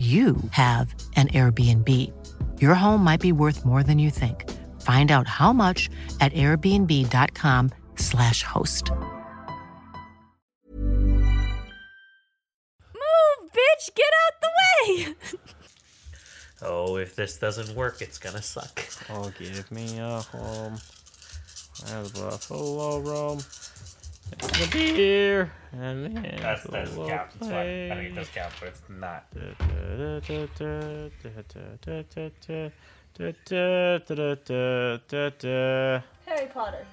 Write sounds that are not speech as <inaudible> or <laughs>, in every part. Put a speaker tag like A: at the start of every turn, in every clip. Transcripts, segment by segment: A: you have an Airbnb. Your home might be worth more than you think. Find out how much at airbnb.com/slash host.
B: Move, bitch! Get out the way!
C: Oh, if this doesn't work, it's gonna suck.
D: Oh, give me a home. There's buffalo room. There's a deer. And then
C: That's,
D: the
C: that doesn't
D: little
C: count. It's fine. I think it does count, but it's not.
D: play.
B: Harry Potter.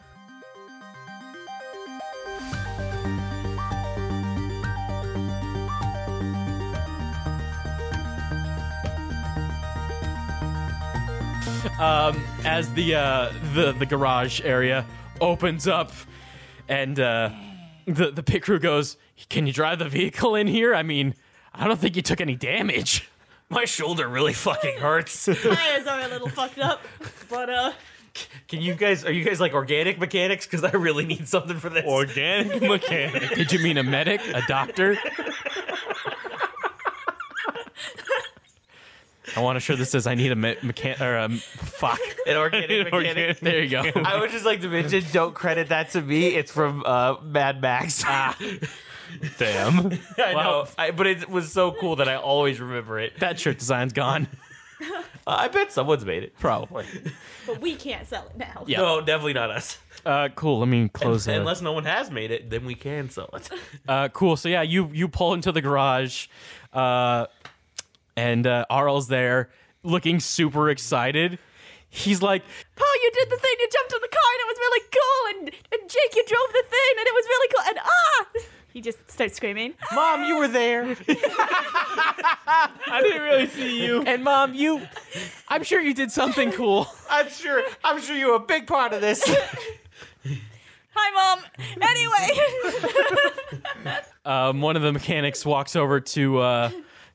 D: um, as the uh, the the garage area opens up, and uh, the the pit crew goes, "Can you drive the vehicle in here? I mean, I don't think you took any damage."
C: My shoulder really fucking hurts.
B: Tires are a little fucked up, but uh,
C: Can you guys? Are you guys like organic mechanics? Because I really need something for this.
D: <laughs> Organic mechanic. Did you mean a medic, a doctor? I want to sure this says I need a me- mechan- or a fuck.
C: An
E: <laughs>
C: organic mechanic.
D: Organic- There you <laughs> go.
E: I would just like to mention, don't credit that to me. It's from uh, Mad Max. <laughs>
D: Ah. Damn.
E: I know, I, but it was so cool that I always remember it.
D: That shirt design's gone.
E: Uh, I bet someone's made it.
D: Probably.
B: but we can't sell it now.
D: Yeah.
C: No, definitely not us.
D: Uh, cool. Let me close it.
C: Unless no one has made it, then we can sell it.
D: Uh, cool. So yeah, you you pull into the garage, uh, and uh, Arl's there, looking super excited. He's like,
B: Paul, you did the thing. You jumped on the car, and it was really cool. And, and Jake, you drove the thing, and it was really cool. And ah, <laughs> he just starts screaming.
E: Mom, you were there.
D: I didn't really see you. <laughs> And mom, you, I'm sure you did something cool.
E: <laughs> I'm sure. I'm sure you were a big part of this.
B: Hi, mom. Anyway,
D: <laughs>
B: <laughs>
D: Um, one of the mechanics walks over to uh,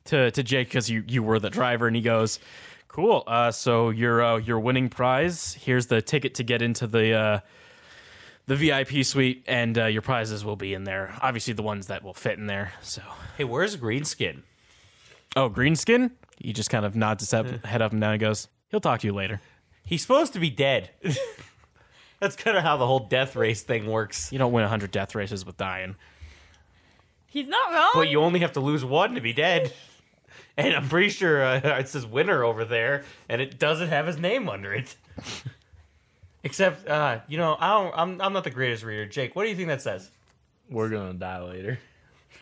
D: to to Jake because you you were the driver, and he goes, "Cool. Uh, so your uh, your winning prize. Here's the ticket to get into the." Uh, the VIP suite and uh, your prizes will be in there. Obviously, the ones that will fit in there. So
C: hey, where's Greenskin?
D: Oh, Greenskin? He just kind of nods his head, head up and down and goes, He'll talk to you later.
E: He's supposed to be dead. <laughs> That's kind of how the whole death race thing works.
D: You don't win 100 death races with dying.
B: he's not wrong.
E: But you only have to lose one to be dead. And I'm pretty sure uh, <laughs> it says winner over there, and it doesn't have his name under it. <laughs> Except, uh, you know, I don't, I'm, I'm not the greatest reader. Jake, what do you think that says?
C: We're gonna die later.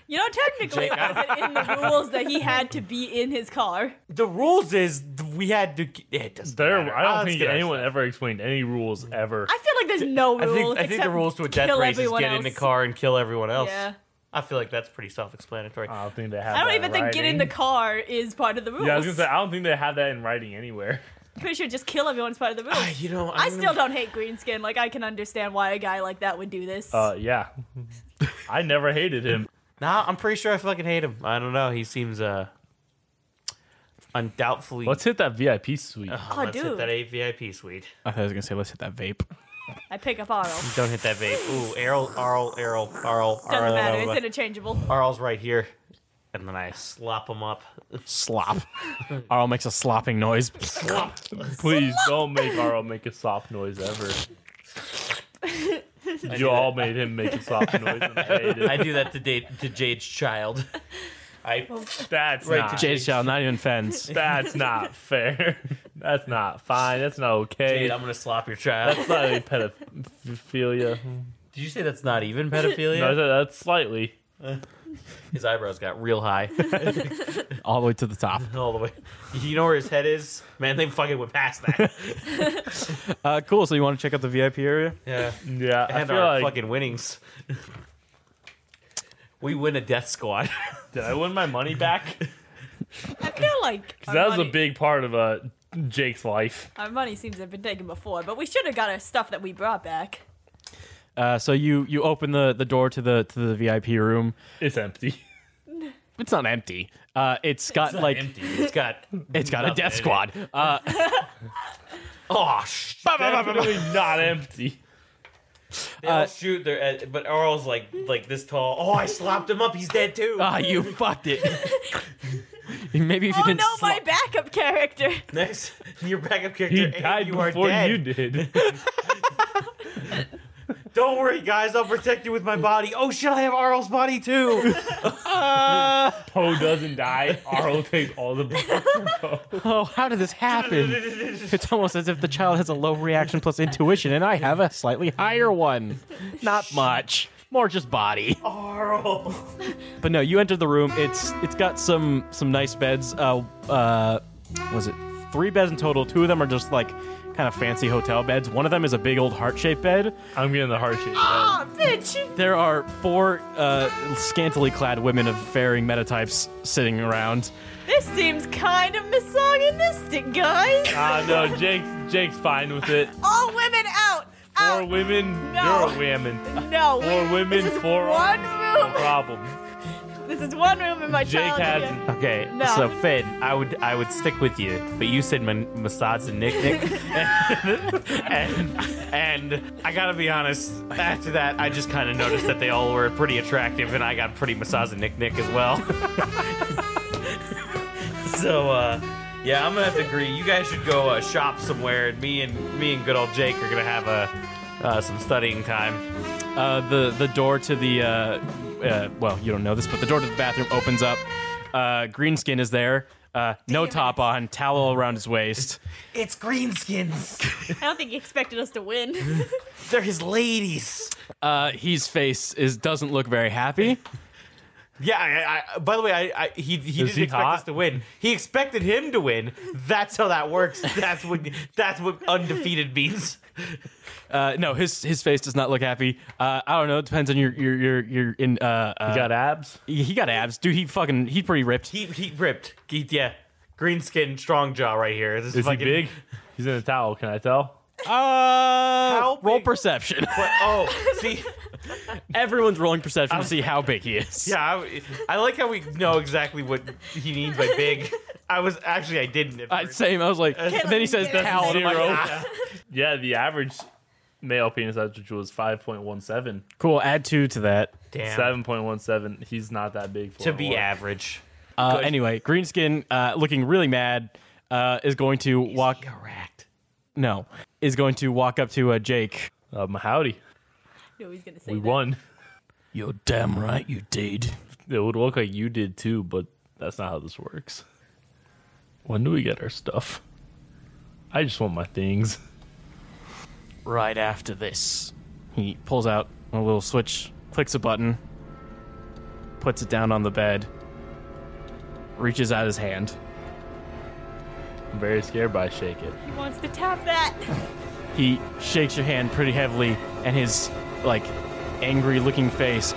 B: you know, technically, it wasn't in the rules that he had to be in his car.
E: The rules is we had to. It doesn't
F: There,
E: matter. Ah,
F: I don't
E: let's
F: think
E: get our
F: anyone ever explained any rules ever.
B: I feel like there's no
E: I
B: rules.
E: think, I think the
B: except
E: rules to a death
B: kill
E: race is
B: everyone
E: get
B: else.
E: in the car and kill everyone else.
B: Yeah.
E: I feel like that's pretty self-explanatory.
F: I don't think they have.
B: I don't
F: that
B: even
F: in
B: think get in the
F: writing.
B: car is part of the rules.
F: Yeah, I was gonna say I don't think they have that in writing anywhere.
B: Pretty sure just kill everyone's part of the
E: <sighs>
B: rules.
E: you know,
B: I
E: I'm
B: still don't hate Greenskin. Like I can understand why a guy like that would do this.
F: Uh, yeah, I never hated him.
E: Nah, I'm pretty sure I fucking hate him. I don't know. He seems uh, undoubtedly.
F: Let's hit that VIP suite.
E: Oh,
B: Oh,
E: let's hit
B: dude.
E: that AVIP suite.
D: I thought I was going to say, Let's hit that vape.
B: I pick up Arl.
E: Don't hit that vape. Ooh, Errol, Arl, Errol, Arl,
B: Doesn't matter. It's
E: Arl.
B: interchangeable.
E: Arl's right here. and then I slop them up.
D: Slop. <laughs> Arl makes a slopping
B: <laughs>
D: noise.
F: Please don't make Arl make a soft noise ever. you all made him make a soft noise. And I hate it.
E: I do that to date to Jade's
B: <laughs>
E: child. I
F: That's
E: Right,
F: not.
D: Jade shall not even
B: <laughs>
D: fence.
F: That's not fair. That's not fine. That's not okay.
E: Jade, I'm gonna slop your child.
F: that's not any pedophilia.
E: Did you say that's not
B: <laughs>
E: even pedophilia?
F: No, that- that's slightly.
E: His eyebrows got real
B: <laughs>
E: high, <laughs>
D: All the way to the top.
E: all the way. You know where his head is, man. They fucking went past
F: <laughs>
E: that.
D: Uh, cool. So you want to check out the VIP area?
E: Yeah,
F: Yeah, I
E: and
F: feel
E: our
F: like.
E: fucking winnings. we win a death squad. <laughs>
F: did I win my money back? 'Cause
B: I feel
E: <laughs>
B: like our
F: that was a
B: money-
F: big part of uh, Jake's life.
B: Our money seems to have been taken before, but we should have got our stuff that we
E: <laughs>
B: brought back.
D: Uh, so you you open the, the door to the to the VIP room.
E: <laughs>
F: It's empty.
D: It's not empty. Uh, it's got like
E: Empty. It's got.
D: it's got a death squad. Uh,
E: Oh shit!
F: Definitely not empty.
E: They
F: uh,
E: all shoot. They're at, but Arl's like like this tall. Oh, I slopped him up. He's dead too.
D: <laughs>
F: <laughs> Uh,
D: ah, you fucked it. <laughs> Maybe if you
B: Oh
D: didn't.
B: no,
D: slop-
B: my backup character.
E: <laughs> Next, your backup character.
F: He
E: "Hey,
F: died
E: you are
F: before
E: dead.
F: you
E: <laughs>
F: did.
E: Don't worry, guys. I'll protect you with my body. Oh shit! I have Arl's body
F: <laughs>
E: too. Uh,
F: Poe
D: <laughs>
F: doesn't die. Arl takes all the.
D: Oh, how did this <laughs> happen? it's almost as if the child has a low reaction plus intuition, and I have a slightly higher one. Not much. More just body.
E: Arl.
D: But no, you enter the room. It's it's got some some nice beds. Uh, uh, was it three beds in total? Two of them are just like kind of fancy hotel beds. One of them is a big old heart shaped bed.
F: I'm getting the heart shape.
B: Oh, bitch.
D: There are four uh, scantily clad women of varying metatypes sitting around.
B: This seems kind of misogynistic, guys.
F: Ah, no, Jake's Jake's fine with it.
B: All women out.
F: Four
B: Out.
F: women,
B: No.
F: you're a women.
B: No.
F: Four women,
B: This is
F: four
B: one
F: no
B: room.
F: problem.
B: This is one room in my
F: Jake
B: childhood.
F: had
E: Okay,
B: No.
E: so Finn, I would I would stick with you, but you said man- Masad's and Nick Nick, and, and I gotta be honest. After that, I just kind of noticed that they all were pretty attractive, and I got pretty Masad's and Nick Nick as well. <laughs> so uh, yeah, I'm gonna have to agree. You guys should go uh, shop somewhere, and me and me and good old Jake are gonna have uh, uh, some studying time.
D: Uh, the the door to the uh, uh, well, you don't know this, but the door to the bathroom opens up. Uh, Greenskin is there. Uh, no top on, towel around his waist.
E: It's Greenskins. <laughs>
B: I don't think he expected us to
F: <laughs>
B: win. <laughs>
E: They're his ladies.
D: Uh, his face is doesn't look very happy.
E: Yeah. I, I, by the way, I, I he he didn't
F: he
E: expect
F: hot?
E: us to win. He expected him to win. That's how that works. <laughs> That's what that's what undefeated means.
D: Uh, no, his his face does not look happy. Uh, I don't know. It depends on your your your, your in. Uh, uh,
F: You got abs?
D: he, he got abs, dude. He fucking he's pretty ripped.
E: He he ripped. He, yeah. Green skin, strong jaw, right here. This
F: Is he
E: fucking-
F: big? He's in a towel, can I tell?
D: Uh, How roll
E: big-
D: perception. <laughs>
E: But, oh, see,
D: Everyone's rolling perception to see how big he is.
E: yeah, I, I like how we know exactly what he means by big. I was actually I didn't. at
D: I,
E: first.
D: same. I was like, and then he says
B: That's
D: towel. And I'm like,
F: zero.
D: ah.
F: <laughs> Yeah, the average male penis average was 5.17.
D: cool. Add two to that.
E: Damn.
F: 7.17. He's not that big for
E: to be
F: one.
E: average.
D: Uh, anyway, Greenskin, uh, looking really mad, uh, is going to walk.
E: Correct.
D: No, is going to walk up to uh, Jake.
F: Um, howdy.
B: no, he's gonna say
F: We
B: that.
F: won.
D: You're damn right, you did.
F: It would look like you did too, but that's not how this works. When do we get our stuff? I just want my things.
D: Right after this, he pulls out a little switch, clicks a button, puts it down on the bed, reaches out his hand.
F: I'm very scared by Shake It.
B: He wants to tap that.
D: He shakes your hand pretty heavily, and his like angry-looking face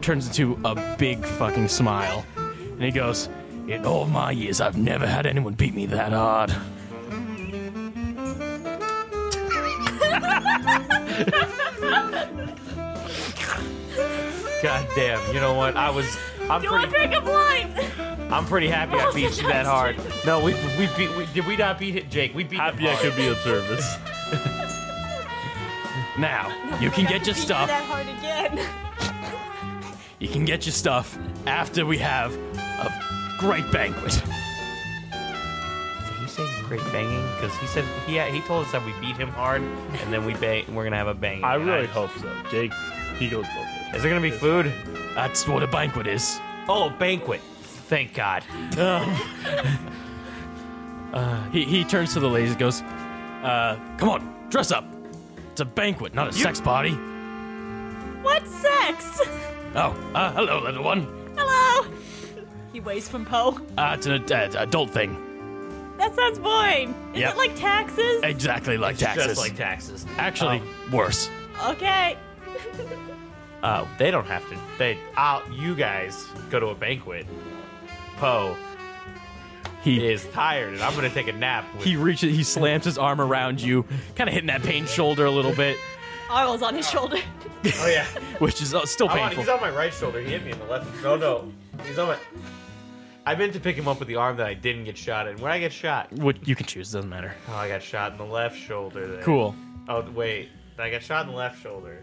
D: turns into a big fucking smile, and he goes, "In all my years, I've never had anyone beat me that hard."
E: God damn. You know what? I was. I'm
B: Do I
E: pretty.
B: pick up lines?
E: I'm pretty happy I beat you that hard. No, we we beat. We, did we not beat it, Jake? We beat.
F: Happy
E: him
F: I
E: hard.
F: could be of service.
D: Now you can get your
B: Beat you
D: stuff.
B: That hard again.
D: You can get your stuff after we have a great banquet.
E: Did he say great banging? Because he said he he told us that we beat him hard, and then we bang. We're gonna have a bang.
F: I
E: And
F: really hope so. Jake, he goes both ways.
E: Is there gonna be food?
D: That's what a banquet is.
E: Oh, banquet. Thank God.
D: Uh, <laughs> He, he turns to the ladies and goes, uh, Come on, dress up. It's a banquet, not a sex party.
B: What sex?
D: Oh, uh, hello, little one.
B: Hello. He waves from Poe.
D: Uh, it's an uh, adult thing.
B: That sounds boring. Is
D: Yep.
B: it like taxes?
D: Exactly like taxes. Oh.
E: Just like taxes. Um,
D: Actually, worse.
B: okay.
E: Oh, they don't have to. They, I'll, you guys go to a banquet. Poe
D: He
E: is tired, and I'm gonna take a nap. With,
D: he reaches, he slams his arm around you, kind of hitting that pain shoulder a little bit,
B: Arl's on his shoulder.
E: <laughs> oh <laughs> yeah,
D: which is uh, still
E: I'm on,
D: painful.
E: he's on my right shoulder. He hit me in the left. No, no, he's on my. I meant to pick him up with the arm that I didn't get shot in. Where I get shot?
D: What you can choose doesn't matter.
E: Oh, I got shot in the left shoulder. There.
D: Cool.
E: Oh wait, I got shot in the left shoulder.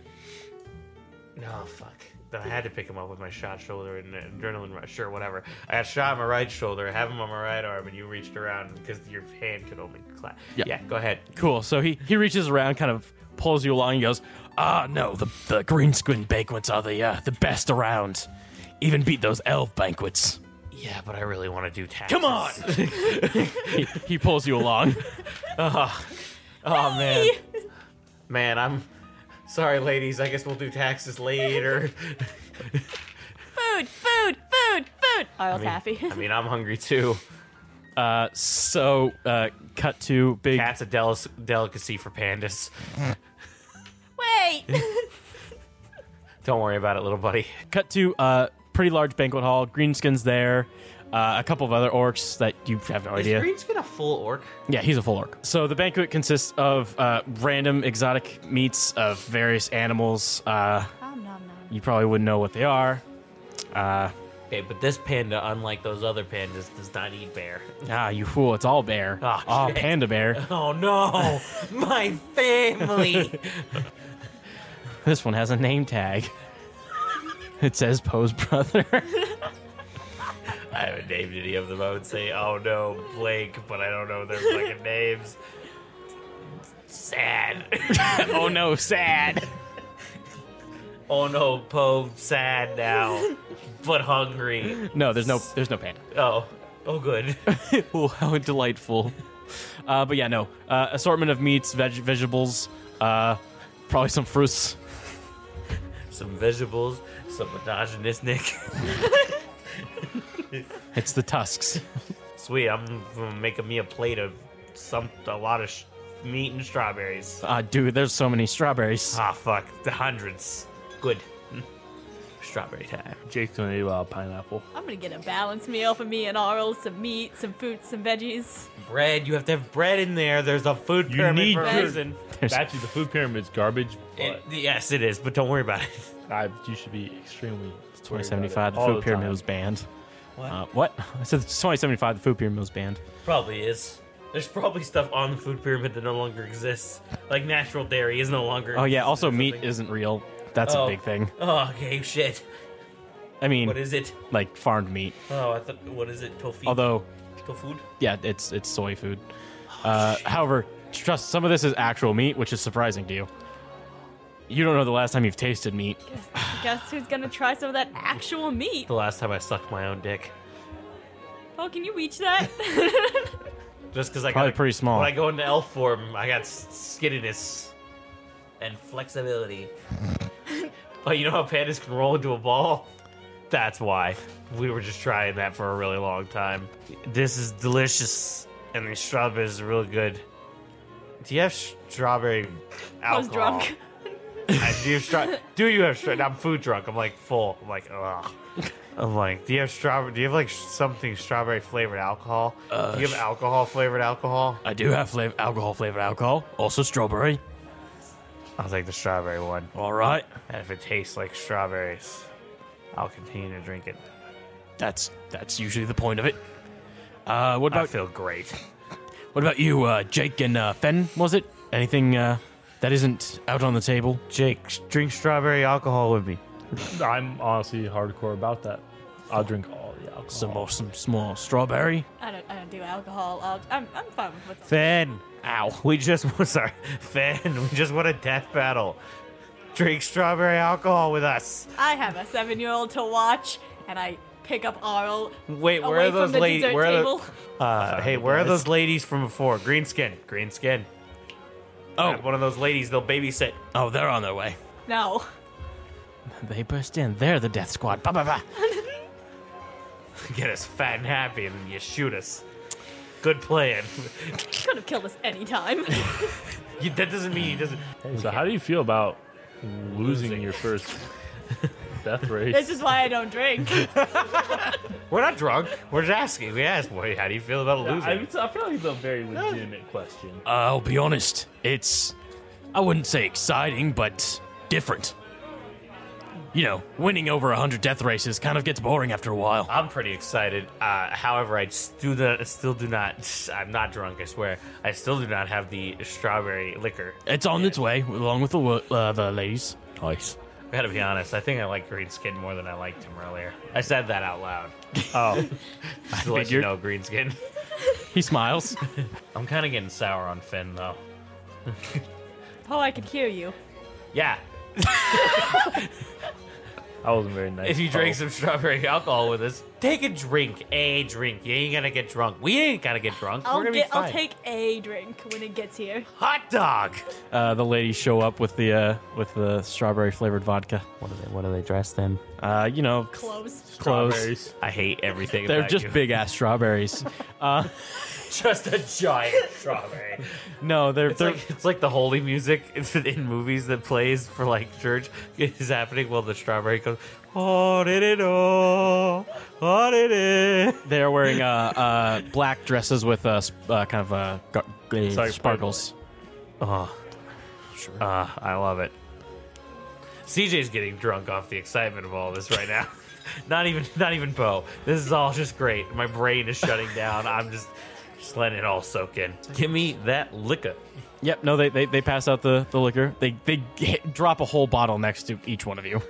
E: No fuck. Then I had to pick him up with my shot shoulder and an adrenaline rush. Sure, whatever. I got shot on my right shoulder. Have him on my right arm, and you reached around because your hand could only clap.
D: Yeah.
E: yeah, go ahead.
D: Cool. So he, he reaches around, kind of pulls you along, and goes, Ah, no, the, the green squid banquets are the uh, the best around. Even beat those elf banquets.
E: Yeah, but I really want to do taxes.
D: Come on! <laughs> he, he pulls you <laughs> along. Uh-huh.
E: Oh man, man, I'm sorry, ladies. I guess we'll do taxes later.
B: Food, food, food, food. Arl's happy.
E: I mean, I'm hungry too.
D: Uh, so, uh, cut to big.
E: Cat's a del- delicacy for pandas.
B: <laughs> Wait.
E: Don't worry about it, little buddy.
D: Cut to uh, pretty large banquet hall. Greenskin's there. Uh, a couple of other orcs that you have no idea.
E: Greenskin a full orc?
D: Yeah, he's a full orc. So the banquet consists of uh, random exotic meats of various animals. Uh,
B: nom, nom, nom.
D: you probably wouldn't know what they are.
E: Okay, but this panda, unlike those other pandas, does not eat bear.
D: Ah, you fool! It's all bear.
E: Ah,
D: Ah,
E: shit.
D: panda <laughs> bear.
E: Oh <laughs> no, my family.
D: This one has a name tag. It says Poe's brother. <laughs>
E: I haven't named any of them. I would say, oh no, Blake, but I don't know their <laughs> fucking names. Sad.
D: oh no, sad.
E: oh no, Poe, sad now, but hungry.
D: No, there's no, there's no panda.
E: Oh, oh good.
D: oh, how delightful. Uh, but yeah, no uh, assortment of meats, veg- vegetables, uh, probably some fruits.
E: Some vegetables, some endogenous Nick.
D: It's the tusks.
E: Sweet, I'm gonna make me a plate of some a lot of sh- meat and strawberries.
D: Ah, dude, there's so many strawberries.
E: Ah, fuck. The hundreds. Good. Hmm. Strawberry time.
F: Jake's gonna eat a lot of pineapple.
B: I'm gonna get a balanced meal for me and Arl. Some meat, some fruits, some veggies.
E: Bread. You have to have bread in there. There's a food
F: You
E: pyramid
F: need
E: for a
F: bread.
E: reason.
D: There's-
F: Actually, the food pyramid's garbage, but
E: It- yes, it is, but don't worry about it. <laughs>
F: I, you should be extremely. worried about it
D: 2075, the
F: all
D: food
F: time.
D: pyramid was banned.
E: What?
D: Uh, what? <laughs> I said 2075, the food pyramid was banned.
E: Probably is. There's probably stuff on the food pyramid that no longer exists. Like natural dairy is no longer.
D: Oh, yeah, also meat
E: something.
D: isn't real. That's
E: Oh.
D: a big thing.
E: Oh, okay, shit.
D: I mean,
E: What is it?
D: like farmed meat.
E: Oh, I thought. What is it? Tofu.
D: Although,
E: tofu.
D: yeah, it's it's soy food. Uh, however, trust some of this is actual meat, which is surprising to you. You don't know the last time you've tasted meat.
B: Guess who's gonna try some of that actual meat?
E: The last time I sucked my own dick,
B: Oh, can you reach that? <laughs>
E: just because I
D: Probably
E: got
D: pretty small.
E: When I go into elf form, I got s- skinniness and flexibility. <laughs> oh, you know how pandas can roll into a ball? That's why. We were just trying that for a really long time. This is delicious, and these strawberries are really good. Do you have strawberry alcohol?
B: I was drunk.
E: <laughs> I- do you have stra- do you have stra- I'm food drunk. I'm like full. I'm like ugh. I'm like, do you have strawberry? Do you have like something strawberry flavored alcohol? do you have alcohol flavored alcohol?
D: I do have flav- alcohol flavored alcohol, also strawberry.
E: I'll take the strawberry one.
D: All right,
E: And if it tastes like strawberries, I'll continue to drink it.
D: that's that's usually the point of it. Uh, what
E: I
D: about
E: feel great.
D: What about you, uh, Jake and uh, Fenn? Was it anything uh, that isn't out on the table?
E: Jake, drink strawberry alcohol with me.
F: I'm honestly hardcore about that. I'll drink all the alcohol.
D: Some more, some small strawberry.
B: I don't, I don't do alcohol. I'll, I'm, I'm fine with what's
E: Finn. Ow. We just <laughs> sorry. Finn, we just won a death battle. Drink strawberry alcohol with us.
B: I have a seven-year-old to watch, and I pick up Arl.
E: Wait, where
B: away
E: are those
B: from the
E: ladies?
B: dessert
E: Where are
B: table. <laughs>
E: the, uh, hey, where are those ladies from before? Green skin, green skin.
D: Oh,
E: Grab one of those ladies. They'll babysit. <laughs>
D: oh, they're on their way.
B: No, <laughs>
D: They burst in. They're the death squad. Ba ba ba.
E: Get us fat and happy, and then you shoot us. Good plan. <laughs>
B: could have killed us any time.
E: You- that doesn't mean he doesn't.
F: So how do you feel about losing, your <laughs> first death race?
B: <laughs> this is why I
E: <laughs>
B: don't drink.
E: We're not drunk. We're just asking. We asked, "Wait, how do you feel about losing?"
F: I, I feel like it's a very legitimate question.
D: I'll be honest. It's, I wouldn't say exciting, but different. You know, winning over a hundred death races kind of gets boring after a while.
E: I'm pretty excited. Uh, however, I still do, still do not. <sighs> I'm not drunk. I swear. I still do not have the strawberry liquor.
D: It's on its way, along with the wo- uh, the ladies.
F: Nice.
E: I gotta be honest. I think I like Green Skin more than I liked him earlier. I said that out loud.
F: Oh,
E: <laughs> Just to let you
D: figured.
E: know, Green Skin.
D: He smiles.
E: I'm kind of getting sour on Finn though.
B: oh, I can hear you.
E: Yeah.
F: that wasn't very nice.
E: If you drink
F: Oh.
E: some strawberry alcohol with us, take a drink. A drink. You ain't gonna get drunk. We ain't gonna get drunk. We're
B: I'll
E: gonna
B: get,
E: be fine.
B: I'll take a drink when it gets here.
E: hot dog.
D: <laughs> Uh, the ladies show up with the uh, with the strawberry flavored vodka.
C: What are they? What are they dressed in?
D: Uh, you know,
B: Close.
D: clothes.
F: Strawberries.
E: I hate everything.
D: They're
E: about
D: just
E: you.
D: big
E: <laughs>
D: ass strawberries.
E: Just a
D: <laughs>
E: giant strawberry.
D: No, they're
E: It's
D: they're
E: like it's like the holy music <laughs> in movies that plays for like church is happening while the strawberry goes. Oh, did it oh, oh, did it.
D: they're wearing uh,
E: <laughs>
D: uh, black dresses with uh, sp- uh, kind of uh, gar- uh,
F: Sorry,
D: sparkles.
E: Uh, I love it. CJ's getting drunk off the excitement of all this right now. <laughs> not even, not even Bo. This is all just great. My brain is shutting
F: <laughs>
E: down. I'm just, just letting it all soak in. Give me that liquor.
D: Yep. No, they, they they pass out the the liquor. They they hit, drop a whole bottle next to each one of you,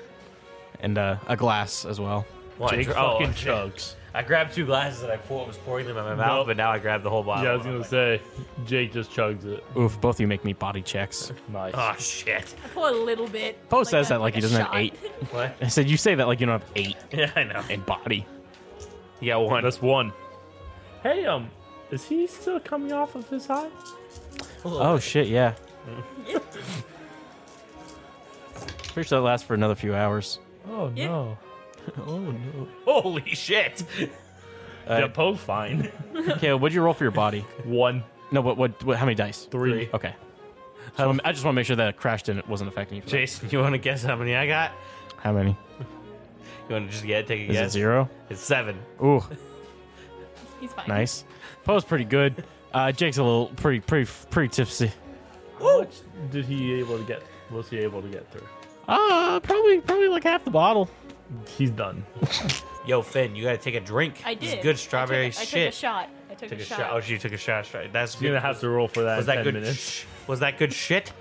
D: and uh, a glass as well.
E: Well, I
F: Jake
E: dr- oh,
F: fucking
E: okay.
F: chugs.
E: I grabbed two glasses and I pour, was pouring them in my mouth,
F: Nope.
E: but now I grabbed the whole bottle.
F: Yeah, I was gonna say Jake just chugs it.
D: Oof! Both of you make me body checks.
F: Nice.
E: Oh shit!
B: I pour a little bit.
D: Poe says that like he
B: a
D: doesn't have
B: shot.
D: eight.
E: What?
D: I said you say that like you don't have eight
E: Yeah,
F: <laughs>
E: I know.
D: in body.
E: <laughs> Yeah, one.
F: That's one. Hey, um, is he still coming off of his high?
D: Oh shit!
B: <laughs>
D: Yeah. Pretty sure that lasts for another few hours.
F: Oh
B: Yeah.
F: no.
E: Holy
F: <laughs>
E: shit! Uh,
F: yeah, Poe's fine.
E: <laughs>
D: Caleb, what'd you roll for your
F: <laughs>
D: body?
F: one,
D: No, but what, what? How many dice?
F: three.
D: Okay. I don't- I just want to make sure that it crashed and it wasn't affecting you. for that.
E: Jason, you want to guess how many I got?
D: How many?
E: You want to just get take a
D: Is
E: guess?
D: it zero?
E: It's seven.
D: Ooh,
B: <laughs> He's fine.
D: nice. Poe's pretty good. Uh, Jake's a little pretty, pretty, pretty tipsy.
F: How much did he able to get? Was he able to get through?
D: Uh, probably, probably like half the bottle.
F: He's done.
E: Yo, Finn, you gotta take a drink.
B: I
E: This is
B: did.
E: good strawberry
B: I took,
E: shit.
B: a- I took a shot. I took,
E: Took a shot. Oh, she took a shot. Straight. That's
F: He's
E: good.
F: gonna have to roll for that.
E: was
F: in
E: that
F: 10
E: good?
F: Minutes.
E: sh- was that good shit?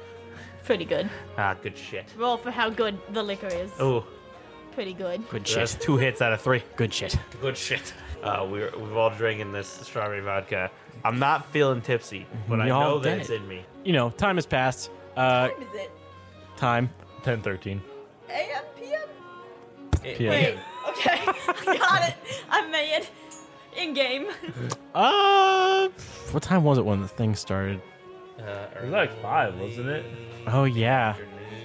B: Pretty good.
E: Ah, good shit.
B: Roll for how good the liquor is.
E: Oh,
B: Pretty good.
D: Good
E: that's
D: shit.
E: two hits out of three.
D: Good shit.
E: Good shit. Uh, we're we've all drinking this strawberry vodka. I'm not feeling tipsy, but I
D: Y'all
E: know that
D: dead.
E: it's in me.
D: You know, time has passed. Uh,
B: What is it?
D: time.
F: Ten thirteen.
B: AM? PM?
D: PM.
B: Okay. <laughs> I got it. I made it. In <laughs> game.
D: Uh, what time was it when the thing started?
F: It was like five, wasn't it?
D: Oh yeah,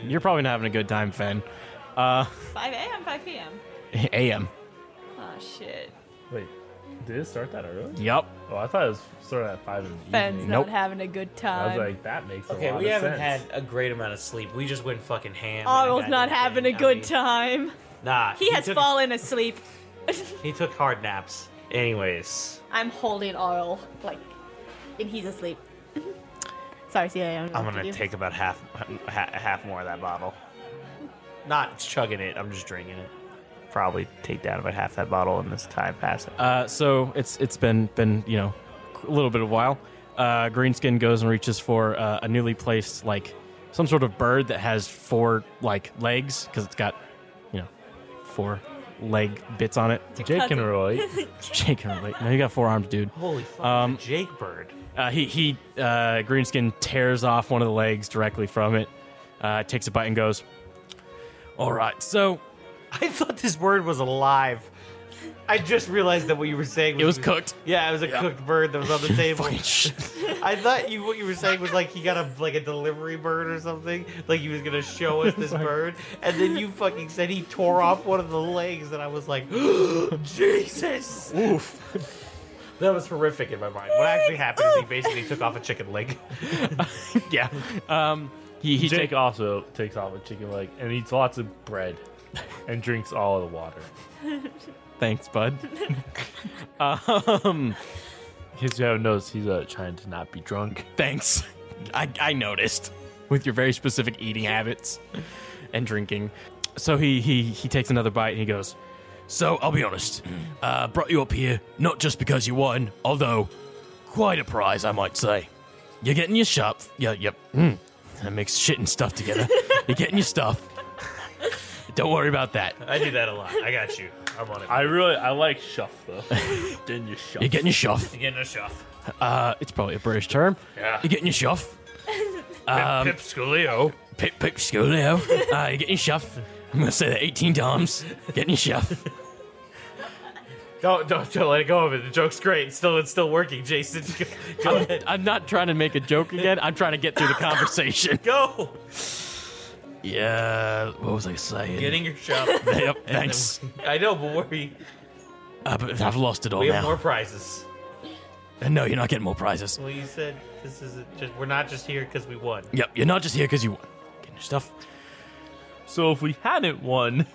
D: you're probably not having a good time, Fen. Uh,
B: 5 a.m., 5 p.m.
D: a.m.
B: Oh, shit.
E: Mm-hmm.
F: Wait, did it start that early?
D: Yup.
F: Oh, I thought it was started at five in the
B: Ben's
F: evening.
D: Nope.
B: not having a good
F: I was
B: time.
F: like, that makes a
E: Okay,
F: lot
E: we
F: of
E: haven't
F: sense.
E: had a great amount of sleep. We just went fucking ham.
B: Arl's
E: and
B: Oh, not
E: goddamn
B: having a
E: thing. I
B: good
E: mean,
B: time.
E: Nah,
B: He has
E: took-
B: fallen asleep.
E: He took hard naps. Anyways,
B: I'm holding Arl, like, and he's asleep. <laughs> Sorry, CA. I'm,
E: I'm gonna take about half ha- half more of that bottle. Not chugging it. I'm just drinking it. Probably take down about half that bottle in this time passing.
D: Uh, so it's it's been been you know a little bit of a while. Uh, Greenskin goes and reaches for uh, a newly placed like some sort of bird that has four like legs because it's got you know four leg bits on it.
F: Jake and Roy.
D: Jake can relate. No, you got four arms, dude.
E: Holy fuck,
F: um,
E: it's a Jake Bird.
D: Uh, he he uh, Greenskin tears off one of the legs directly from it, uh, takes a bite and goes, "All right, so
E: I thought this bird was alive. I just realized that what you were saying was
D: it was
F: <laughs>
D: cooked." <laughs>
E: Yeah, it was a cooked bird that was on the table.
D: Fucking shit.
E: I thought you what you were saying was like he got a like a delivery bird or something. Like he was gonna show us this bird, and then you fucking said he tore off one of the legs, and I was like, <gasps> Jesus! Oof. That was horrific in my mind. What actually happened is he basically took off a chicken leg. <laughs>
D: yeah. Um, he he
F: Jake
D: take,
F: also takes off a chicken leg and eats lots of bread <laughs> and drinks all of the water.
D: thanks, bud. um,
F: In case you haven't noticed, he's uh, trying to not be drunk.
D: thanks. I I noticed with your very specific eating habits and drinking. So he he he takes another bite and he goes, "So I'll be honest, uh, brought you up here not just because you won, although quite a prize, I might say. You're getting your shop. Yeah, yep.
E: Hmm.
D: Mm. That makes shit and stuff
E: <laughs>
D: together. You're getting your stuff. Don't worry about that.
E: I do that a lot. I got you. I'm on it.
F: I really, I like shuff <laughs> though. Didn't you shuff?
D: You're getting your shuff.
E: I'm getting a shuff.
D: Uh, it's probably a British term.
E: Yeah.
D: You're getting your shuff. um,
E: Pip Scalio.
D: pip, pip, Scolio. <laughs> Uh, you're getting your shuff. I'm going to say that 18 times. Getting your shuff.
E: Don't, don't don't let it go of it. The joke's great. It's still it's still working, Jason. <laughs> Go, go ahead.
D: <laughs> I'm not trying to make a joke again. I'm trying to get <laughs> through the conversation.
E: Go.
D: Yeah, what was I saying?
E: Getting your shop.
D: <laughs>
E: <laughs>
D: yep, thanks.
E: I know, but we
D: Uh, but I've lost it all
E: we
D: now.
E: have more prizes.
D: Uh, no, you're not getting more prizes.
E: Well, you said this is just we're not just here because we won.
D: Yep, you're not just here because you won. Getting your stuff.
F: So if we hadn't won,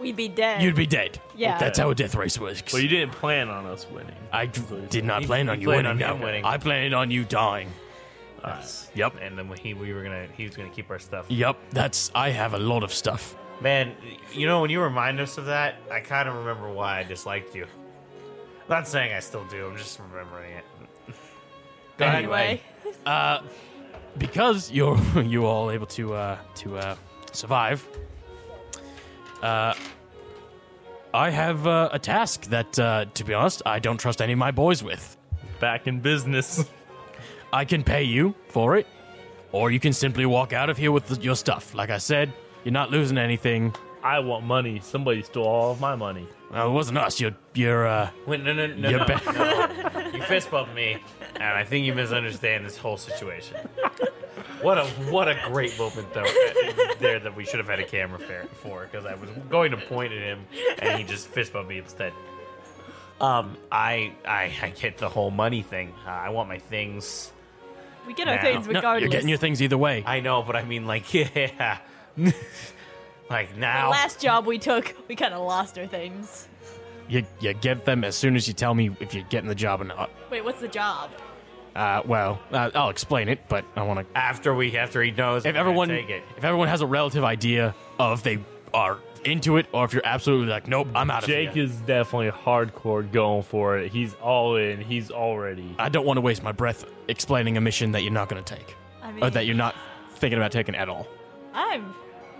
B: We'd be dead.
D: You'd be dead.
B: Yeah.
D: That's how a death race works.
F: well, you didn't plan on us winning.
D: I d- did not plan on you
E: planned
D: winning.
E: on
D: no.
E: him winning.
D: I planned on you dying. Yep.
E: And then he we were gonna he was gonna keep our stuff.
D: Yep, that's. I have a lot of stuff.
E: Man, you know when you remind us of that, I kind of remember why I disliked you. Not saying I still do. I'm just remembering it. Go ahead.
B: anyway.
D: because you're <laughs> you all able to uh, to uh, survive. Uh, I have uh, a task that, uh, to be honest, I don't trust any of my boys with.
F: Back in business. <laughs>
D: I can pay you for it, or you can simply walk out of here with your stuff. Like I said, you're not losing anything.
F: I want money. Somebody stole all of my money.
D: Well, it wasn't us. You're you're uh,
E: Wait, no, no, no,
D: You're
E: no, <laughs>
D: back.
E: no. You fist bumped me, and I think you misunderstand this whole situation. What a what a great moment though uh, there that we should have had a camera fair for because I was going to point at him and he just fist bumped me instead. Um, I I, I get the whole money thing. Uh, I want my things.
B: we get our
E: No.
B: things
E: No,
D: no,
B: regardless.
D: you're getting your things either way.
E: I know, but I mean like <laughs> yeah, like
B: the
E: now.
B: last job we took, <laughs> we kind of lost our things.
D: You you get them as soon as you tell me if you're getting the job or not.
B: Wait, what's the job?
D: Uh, well, uh, I'll explain it, but I want to
E: after we after he knows
D: if
E: we're gonna
D: everyone
E: take it.
D: if everyone has a relative idea of they are into it or if you're absolutely like nope i'm out of
F: Jake
D: here
F: is definitely hardcore going for it. He's all in. He's already.
D: i don't want to waste my breath explaining a mission that you're not going to take
B: I
D: or
B: mean-
D: Oh, that you're not thinking about taking at all
B: I'm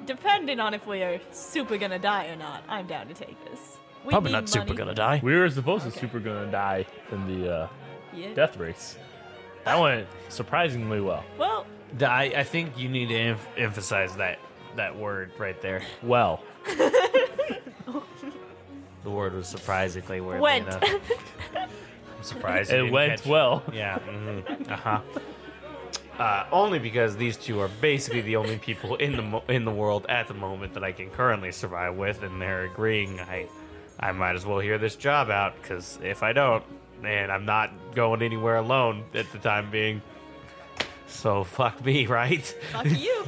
B: depending on if we are super gonna die or not. I'm down to take this. We
D: probably
B: need
D: not super
B: money.
D: gonna die
F: We were supposed to super gonna die in the uh,
B: Yeah.
F: death race. That went surprisingly well.
B: Well,
E: I, I think you need to em- emphasize that that word right there.
F: Well,
E: The word was surprisingly where
B: Went.
E: I'm surprised you
F: it
E: didn't
F: went
E: catch-
F: well.
E: Yeah. mhm, Uh-huh. Uh, only because these two are basically the only people in the mo- in the world at the moment that I can currently survive with, and they're agreeing I I might as well hear this job out because if I don't, man, I'm not going anywhere alone at the time being. So fuck me, <laughs> right?
D: <laughs>
B: fuck you.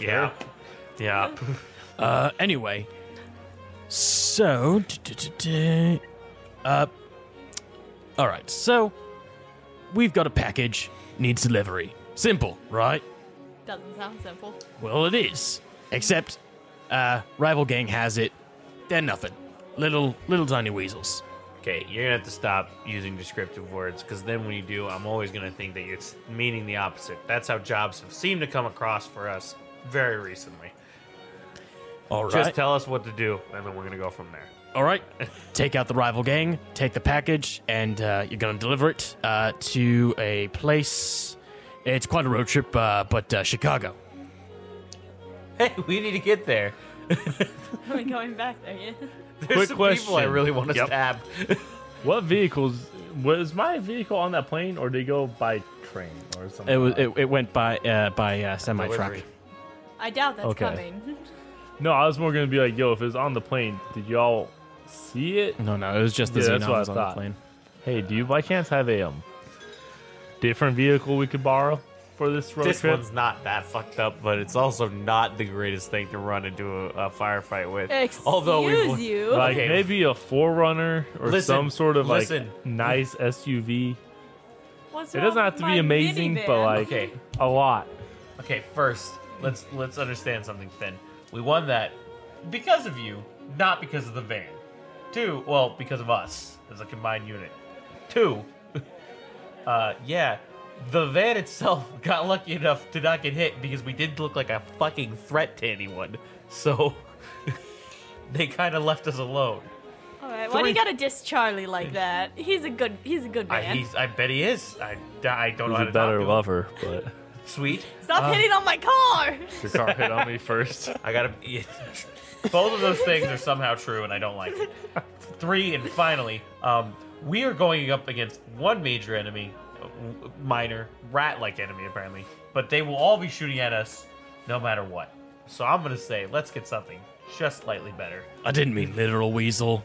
E: Yeah. Yeah.
D: uh anyway so du-du-du-du, uh all right so we've got a package needs delivery simple right
B: Doesn't sound simple. <laughs>
D: Well, it is. Except, uh, rival gang has it. They're nothing. Little, little tiny weasels.
E: Okay, you're gonna have to stop using descriptive words because then when you do, I'm always gonna think that you're s- meaning the opposite. That's how jobs have seemed to come across for us very recently.
D: All right.
E: Just tell us what to do, and then we're gonna go from there.
D: All right, <laughs> take out the rival gang, take the package, and uh, you're gonna deliver it uh, to a place. It's quite a road trip, uh, but uh, Chicago.
E: <laughs> Hey, we need to get there. <laughs>
B: I'm going back there, yeah.
E: There's
F: Quick
E: some people I
F: question.
E: really want to
D: Yep.
E: stab.
F: What vehicles was my vehicle on that plane, or did it go by train or something?
D: It was.
F: like
D: It, it went by uh, by uh, semi truck.
E: Delivery.
B: I doubt that's
F: Okay.
B: coming. <laughs>
F: that? no, I was more gonna be like, yo, if it was on the plane, did y'all see it?
D: No, no, it was just the
F: Yeah,
D: yeah,
F: that's what I
D: xenons on the
F: thought.
D: plane.
F: Hey, do you by chance have a um, different vehicle we could borrow for this road
E: This
F: trip?
E: one's not that fucked up, but it's also not the greatest thing to run into a, a firefight with.
B: Excuse
E: Although we've, <laughs>
B: you.
F: Like
E: Okay.
F: maybe a forerunner or
E: Listen,
F: some sort of like
E: listen.
F: nice SUV.
B: What's
F: It
B: wrong
F: doesn't have
B: with
F: to be
B: my
F: amazing, but
B: minivan?
F: like
E: Okay.
F: a lot.
E: Okay, first, let's let's understand something, Finn. We won that because of you, not because of the van. Two, well, because of us as a combined unit. Two, <laughs> uh, yeah, the van itself <laughs> got lucky enough to not get hit because we didn't look like a fucking threat to anyone. So <laughs> they kind of left us alone.
B: All right, why do you
E: Three-
B: gotta diss Charlie like
F: <laughs>
B: that? He's a good, he's a good
D: Ah,
E: I,
B: man.
E: he's, I bet he is. I, I don't know how
F: He's a
E: to
F: better
E: talk to
F: lover, but
E: Him. Sweet.
B: Stop
D: uh,
B: hitting on my car. <laughs>
F: your car hit on me first.
E: I gotta. both of those things are somehow true, and I don't like it. Three, and finally, um, we are going up against one major enemy, uh, w- minor, rat like enemy, apparently, but they will all be shooting at us no matter what. So I'm gonna say, let's get something just slightly better.
D: I didn't mean literal weasel.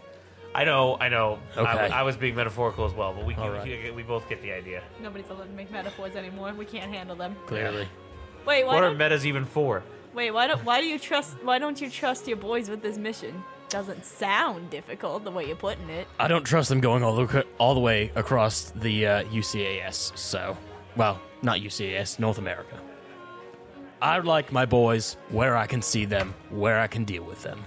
E: I know, I know. I-
D: Okay.
E: I, was being metaphorical as well, but we,
D: All
E: can,
D: right.
E: we, we both get the idea.
B: Nobody's allowed to make metaphors anymore. We can't handle them.
D: Clearly,
B: Wait, why?
E: What are
B: Don't,
E: metas even for?
B: wait, why don't? Why do you trust? Why don't you trust your boys with this mission? Doesn't sound difficult the way you're putting it.
D: I don't trust them going all the all the way across the uh, UCAS. So, well, not UCAS, North America. I like my boys where I can see them, where I can deal with them.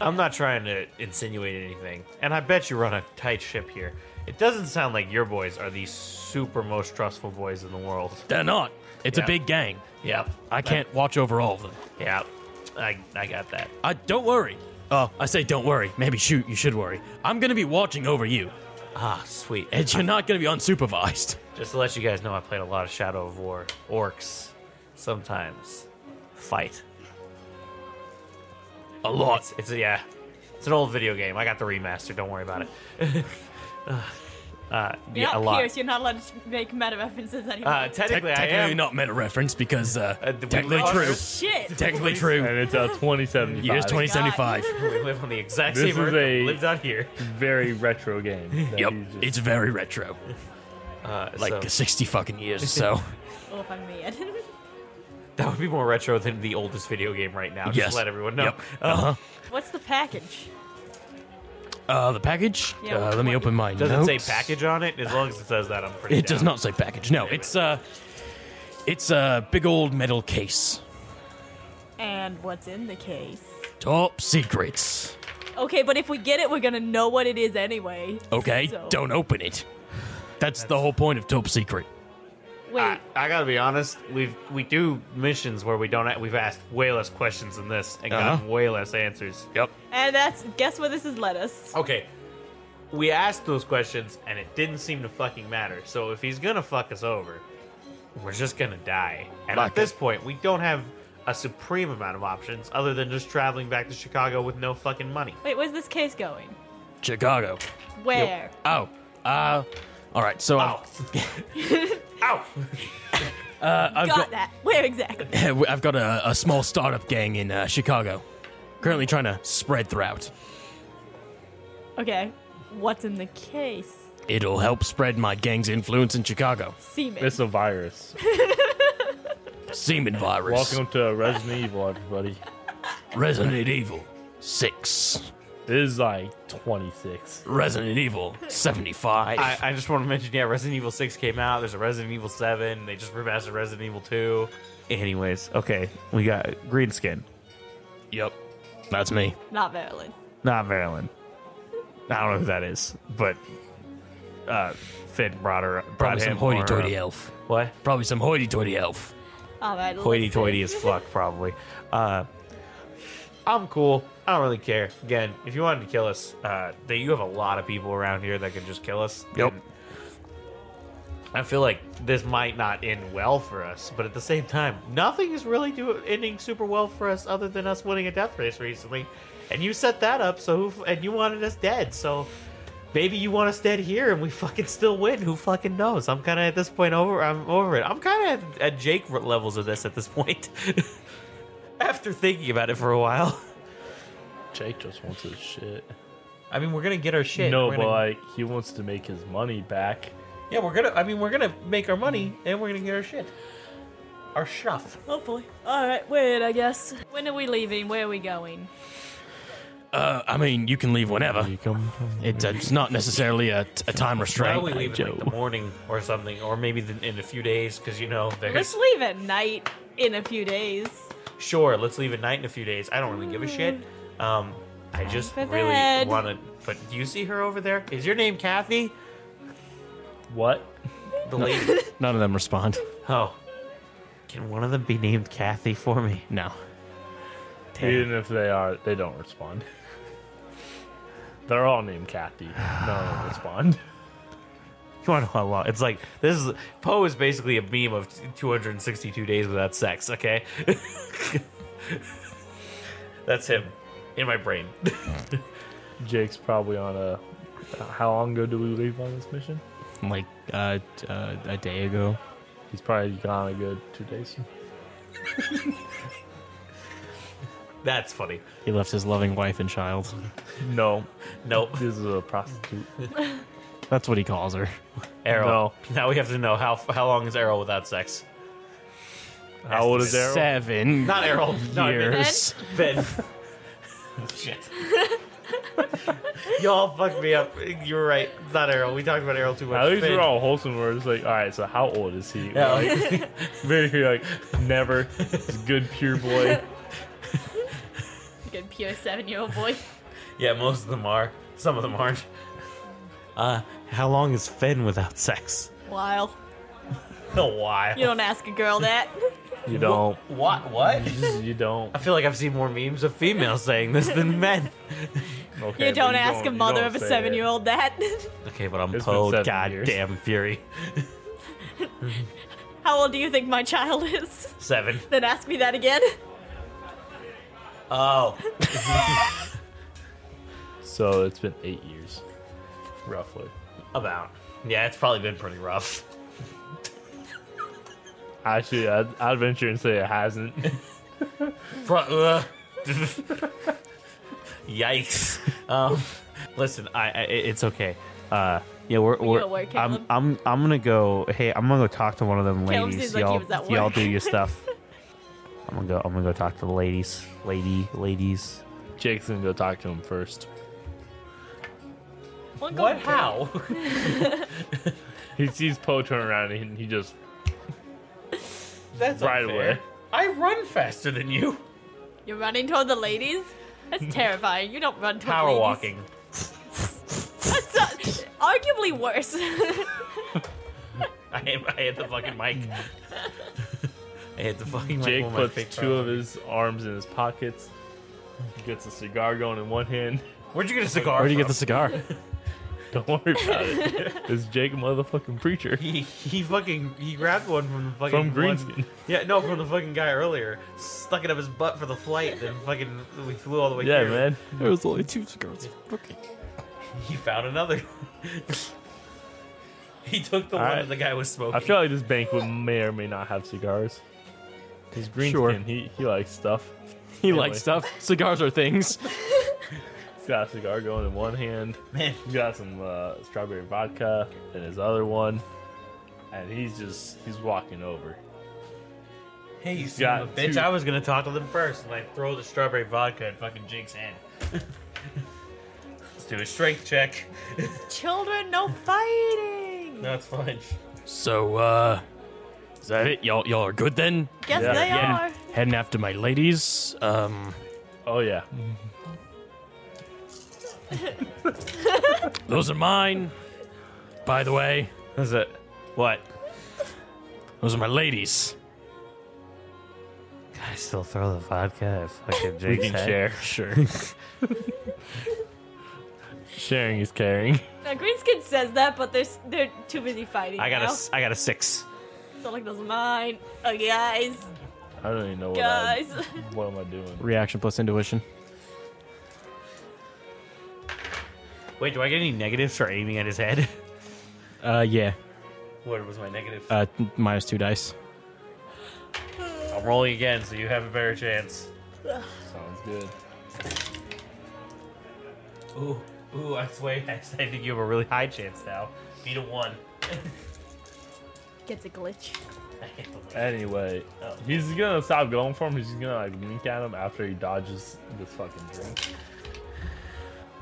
E: I'm not trying to insinuate anything, and I bet you run a tight ship here. It doesn't sound like your boys are the super most trustful boys in the world.
D: They're not. It's
E: Yeah.
D: a big gang.
E: Yep.
D: I can't watch over all of them.
E: Yep. I, I got that.
D: I don't worry. Oh, I say don't worry. Maybe shoot, you should worry. I'm gonna be watching over you,
E: Ah, sweet.
D: and you're not gonna
E: <laughs>
D: be unsupervised.
E: Just to let you guys know, I played a lot of Shadow of War. Orcs sometimes fight.
D: A lot.
E: It's, it's yeah, it's an old video game. I got the remaster. Don't worry about it. <laughs> uh,
B: You're
E: yeah, a
B: not
E: lot.
B: Pierce. You're not allowed to make meta references anymore.
E: Uh, technically,
D: Tec-
E: I
D: technically
E: am.
D: not meta reference because uh,
E: Uh, we
D: technically
E: lost-
D: true.
B: Shit.
D: Technically true.
F: and it's a 2075.
D: Year's 2075.
E: <laughs> <laughs> We live on the exact
F: This
E: same
F: is
E: earth. that we
F: a-
E: lived out here.
F: Very
E: <laughs>
F: retro game. that
D: Yep,
F: he's just-
D: it's very retro.
E: Uh,
D: Like
E: so-
D: 60 fucking
E: <laughs>
D: years. So
B: Oh, if I'm mad. <laughs>
E: That would be more retro than the oldest video game right now. Just
D: yes,
E: to let everyone know.
D: Yep. Uh-huh.
B: What's the package?
D: Uh, the package.
B: Yeah,
D: uh,
B: what-
D: let me
B: what-
D: open my
E: Does
D: notes.
E: it say package on it? As long as it says that, I'm pretty.
D: It does
E: down.
D: not say package. No, it's uh, it's a big old metal case.
B: And what's in the case?
D: Top secrets.
B: Okay, but if we get it, we're gonna know what it is anyway.
D: Okay,
B: So-
D: don't open it. That's, the whole point of top secret.
B: Wait.
E: I, I gotta be honest. We've we do missions where we don't. a- We've asked way less questions than this and got
D: Uh-huh.
E: way less answers.
D: Yep.
B: and that's guess where this has led us.
E: Okay. We asked those questions and it didn't seem to fucking matter. So if he's gonna fuck us over, we're just gonna die. And
D: Like
E: at this
D: it.
E: point, we don't have a supreme amount of options other than just traveling back to Chicago with no fucking money.
B: Wait, where's this case going?
D: Chicago.
B: Where?
D: Oh. Uh. All right. So
E: Ow! Ow! Uh,
D: I've, I've
B: Got that. Where exactly?
E: Oh.
D: got <laughs> I've got a, a small startup gang in uh, Chicago, currently trying to spread throughout.
B: Okay. What's in the case?
D: It'll help spread my gang's influence in Chicago.
B: Semen.
F: It's a virus.
E: <laughs>
D: Semen virus.
F: Welcome to Resident Evil, everybody.
D: Resident Evil Six.
F: This is like 26.
D: Resident Evil Seventy Five.
E: I, I just want to mention, yeah, Resident Evil 6 came out. There's a Resident Evil 7. They just remastered Resident Evil 2. Anyways, okay. We got green skin.
D: Yep. That's me.
B: Not Maryland.
E: Not Marilyn. I don't know who that is, but uh, Finn brought her brought
D: Probably
E: him
D: some hoity-toity
E: or, uh,
D: elf.
E: What?
D: Probably some hoity-toity elf.
B: All right. let's
E: Hoity toity
B: see.
E: as fuck, probably. Uh, I'm cool. I don't really care. Again, if you wanted to kill us, uh, that you have a lot of people around here that could just kill us.
D: Yep.
E: And I feel like this might not end well for us, but at the same time, nothing is really do- ending super well for us other than us winning a death race recently. And you set that up, so who f- and you wanted us dead, so maybe you want us dead here and we fucking still win. Who fucking knows? I'm kind of at this point over. I'm over it. I'm kind of at, at Jake levels of this at this point. <laughs> After thinking about it for a while.
F: Jake just wants his shit.
E: I mean, we're gonna get our shit.
F: no,
E: We're
F: but
E: gonna-
F: like he wants to make his money back.
E: yeah, we're gonna. I mean, we're gonna make our money, and we're gonna get our shit. Our shuff.
B: Hopefully. All right, we're in, I guess. When are we leaving? Where are we going?
D: Uh, I mean, you can leave whenever.
F: You come from
D: It, uh, it's not necessarily a, a time
E: Why
D: restraint.
E: don't we leave in like, the
F: Joe.
E: morning or something, or maybe the, in a few days? Because you know,
B: Let's
E: there's
B: leave at night in a few days.
E: sure. Let's leave at night in a few days. I don't really give a shit. Um, I just
B: for
E: really
B: bed.
E: want to. But do you see her over there? Is your name Kathy?
F: what?
E: The lady.
D: None of them respond.
E: oh, can one of them be named Kathy for me?
D: No.
F: Even if they are, they don't respond. <laughs> They're all named Kathy. No
B: <sighs>
F: one respond. <laughs>
E: You want to know how long? It's like this is Poe is basically a meme of 262 days without sex. Okay, <laughs> that's him in my brain. <laughs>
F: Jake's probably on a. How long ago did we leave on this mission?
D: Like uh, t- uh, a day ago.
F: He's probably gone a good two days. <laughs>
E: That's funny.
D: He left his loving wife and child.
F: No,
E: Nope,
F: this is a prostitute.
D: That's what he calls her.
E: Errol. Now we have to know how how long is Errol without sex?
F: How old is Errol?
D: Seven
E: Not Errol. Not
D: years.
E: Ben. Shit. Y'all fucked me up. You were right. It's not Errol. We talked about Errol too much.
F: At least
E: Finn.
F: we're all wholesome. We're just like, all right. So how old is he?
E: Yeah,
F: We're like, <laughs> very like never. He's a good
B: <laughs>
F: pure boy.
B: Good pure seven-year-old boy.
E: <laughs>
F: <laughs>
E: Yeah, most of them are. Some of them aren't. Uh, how long is Finn without sex?
B: While
E: A while.
B: you don't ask a girl
F: <laughs>
B: that.
F: You don't. <laughs>
E: What? What?
F: You just- You don't.
E: I feel like I've seen more memes of females saying this than men.
F: Okay,
B: You
F: but
B: don't ask a
F: you
B: mother
F: don't
B: of a
F: say it.
B: seven-year-old that. <laughs>
E: Okay, but I'm
F: It's been
E: Poe.
F: seven
E: Goddamn Fury.
B: How old do you think my child is? <laughs>
E: Seven.
B: Then ask me that
F: <laughs>
B: again.
E: Oh.
F: So it's been eight years, roughly.
E: About. Yeah, it's probably been pretty rough.
F: Actually, I'd, I'd venture and say
E: <laughs>
F: it hasn't.
E: Pro- ugh. <laughs> Yikes. Um, listen, I, I it- it's okay. Uh, yeah, we're, we're
B: gotta work,
E: I'm,
B: Caleb.
E: I'm I'm gonna go. Hey, I'm gonna go talk to one of them
B: Caleb
E: ladies.
B: seems like he
E: y'all,
B: was at
E: y'all
B: work.
E: do your
B: <laughs>
E: stuff. I'm gonna go. I'm gonna go talk to the ladies. Lady, ladies.
F: Jake's gonna go talk to him first.
B: We'll go
E: What? <laughs> How?
F: He sees Poe turn around and he, he just
E: That's
F: Right
E: unfair.
F: away.
E: I run faster than you.
B: You're running toward the ladies?
F: <laughs>
B: That's terrifying. You don't run toward
E: Power
B: ladies.
E: walking.
B: That's
F: <laughs>
B: not, arguably worse. <laughs>
E: I hit, I hit the fucking
B: <laughs>
E: mic. I hit the fucking mic.
F: Jake
E: with my
F: puts
E: fake
F: two
E: power.
F: of his arms in his pockets, gets a cigar going in one hand. <laughs>
E: Where'd you get a cigar?
D: Where'd you get
E: from?
D: the cigar?
F: Don't worry about it.
E: <laughs>
F: It's Jake, a motherfucking preacher
E: He, he fucking he grabbed one from the fucking
F: <laughs> from
E: one-
F: Greenskin.
E: <laughs> Yeah, no, from the fucking guy earlier. Stuck it up his butt for the flight, then fucking we flew all the way
F: Yeah,
E: here. <laughs>
F: man.
D: There was only two cigars. Okay.
E: He found another. <laughs> he took the one
F: right.
E: that the guy was smoking.
F: I feel like this banquet may or may not have cigars. Because Greenskin,
D: Sure.
F: he, he likes stuff.
D: He
F: Anyway.
D: likes stuff. Cigars are things.
F: He's got a cigar going in one hand.
E: man,
F: He's got some uh, strawberry vodka in his other one, and he's just he's walking over.
E: hey, you
F: got
E: son of a bitch!
F: two.
E: I was gonna talk to them first, and I throw the strawberry vodka at fucking Jake's hand. <laughs> Let's do a strength check.
B: Children, no fighting.
E: No, it's fine.
D: So, uh, is that it? Y'all, y'all are good then?
B: Guess
F: Yeah.
B: they
D: Yeah.
B: are.
D: Heading after my ladies. Um,
F: Oh yeah,
D: those are mine. By the way,
E: That's it. What?
D: those are my ladies.
E: God
G: I still throw the vodka at fucking
F: <laughs> We
G: Jake's
F: can
G: head.
F: share.
D: <laughs>
F: Sure. Sharing is caring.
B: Now, Greenskin says that, but they're, s- they're too busy fighting.
E: I got a
B: now.
E: s- I got a six.
B: So, like, those mine. Oh, guys.
F: I don't even know what. I,
B: Guys. <laughs>
F: what am I doing?
D: Reaction plus intuition.
E: Wait, do I get any negatives for aiming at his head? <laughs>
D: Uh, yeah.
E: What was my negative?
D: Uh, minus two dice.
E: I'm rolling again, so you have a better chance.
F: Sounds good.
E: Ooh, ooh, I swear, <laughs> I think you have a really high chance now. Beat a one.
B: Gets a glitch.
E: I hit the one.
F: Anyway, he's gonna stop going for him. He's just gonna like wink at him after he dodges this fucking drink.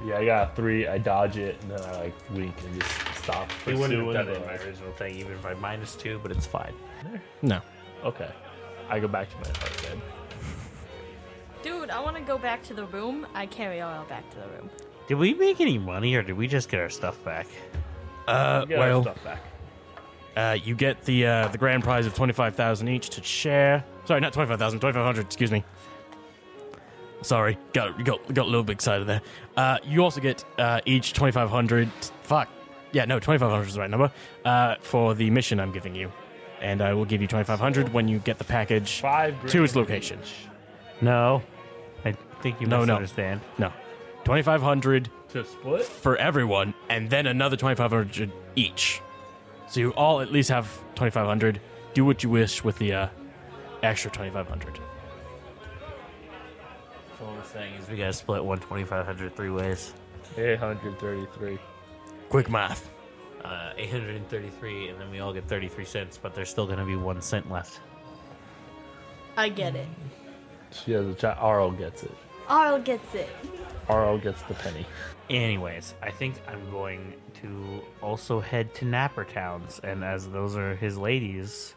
F: Yeah, I got a three. I dodge it, and then I like wink and just stop.
E: He wouldn't
F: pursuing,
E: have done it in
F: but,
E: my original thing, even if I minus two, but it's fine.
D: No.
F: Okay, I go back to my heart bed.
B: Dude, I want to go back to the room. I carry Oil back to the room.
E: Did we make any money, or did we just get our stuff back?
D: Uh,
F: Get our stuff back.
D: Uh, you get the uh, the grand prize of twenty five thousand each to share. Sorry, not 25,000, 2,500, Excuse me. Sorry, got got got a little bit excited there. Uh, you also get uh, each twenty five hundred. Fuck, yeah, no, twenty five hundred is the right number uh, for the mission I'm giving you, and I will give you twenty five hundred when you get the package
F: Five
D: to its
F: grand
D: location.
E: No. I think you
D: No, no.
E: misunderstand.
D: No, twenty five hundred
F: To split?
D: for everyone, and then another 2,500 each. So you all at least have 2,500. Do what you wish with the uh, extra 2,500.
E: The whole thing is we gotta split one twenty five hundred three ways.
F: 833.
D: Quick math.
E: Uh, 833, and then we all get 33 cents, but there's still gonna be one cent left.
B: I get it.
F: She has a child. Arl gets it.
E: Mm.
B: Arl gets it.
F: Arl gets the penny.
E: Anyways, I think I'm going to also head to Napper Towns, and as those are his ladies,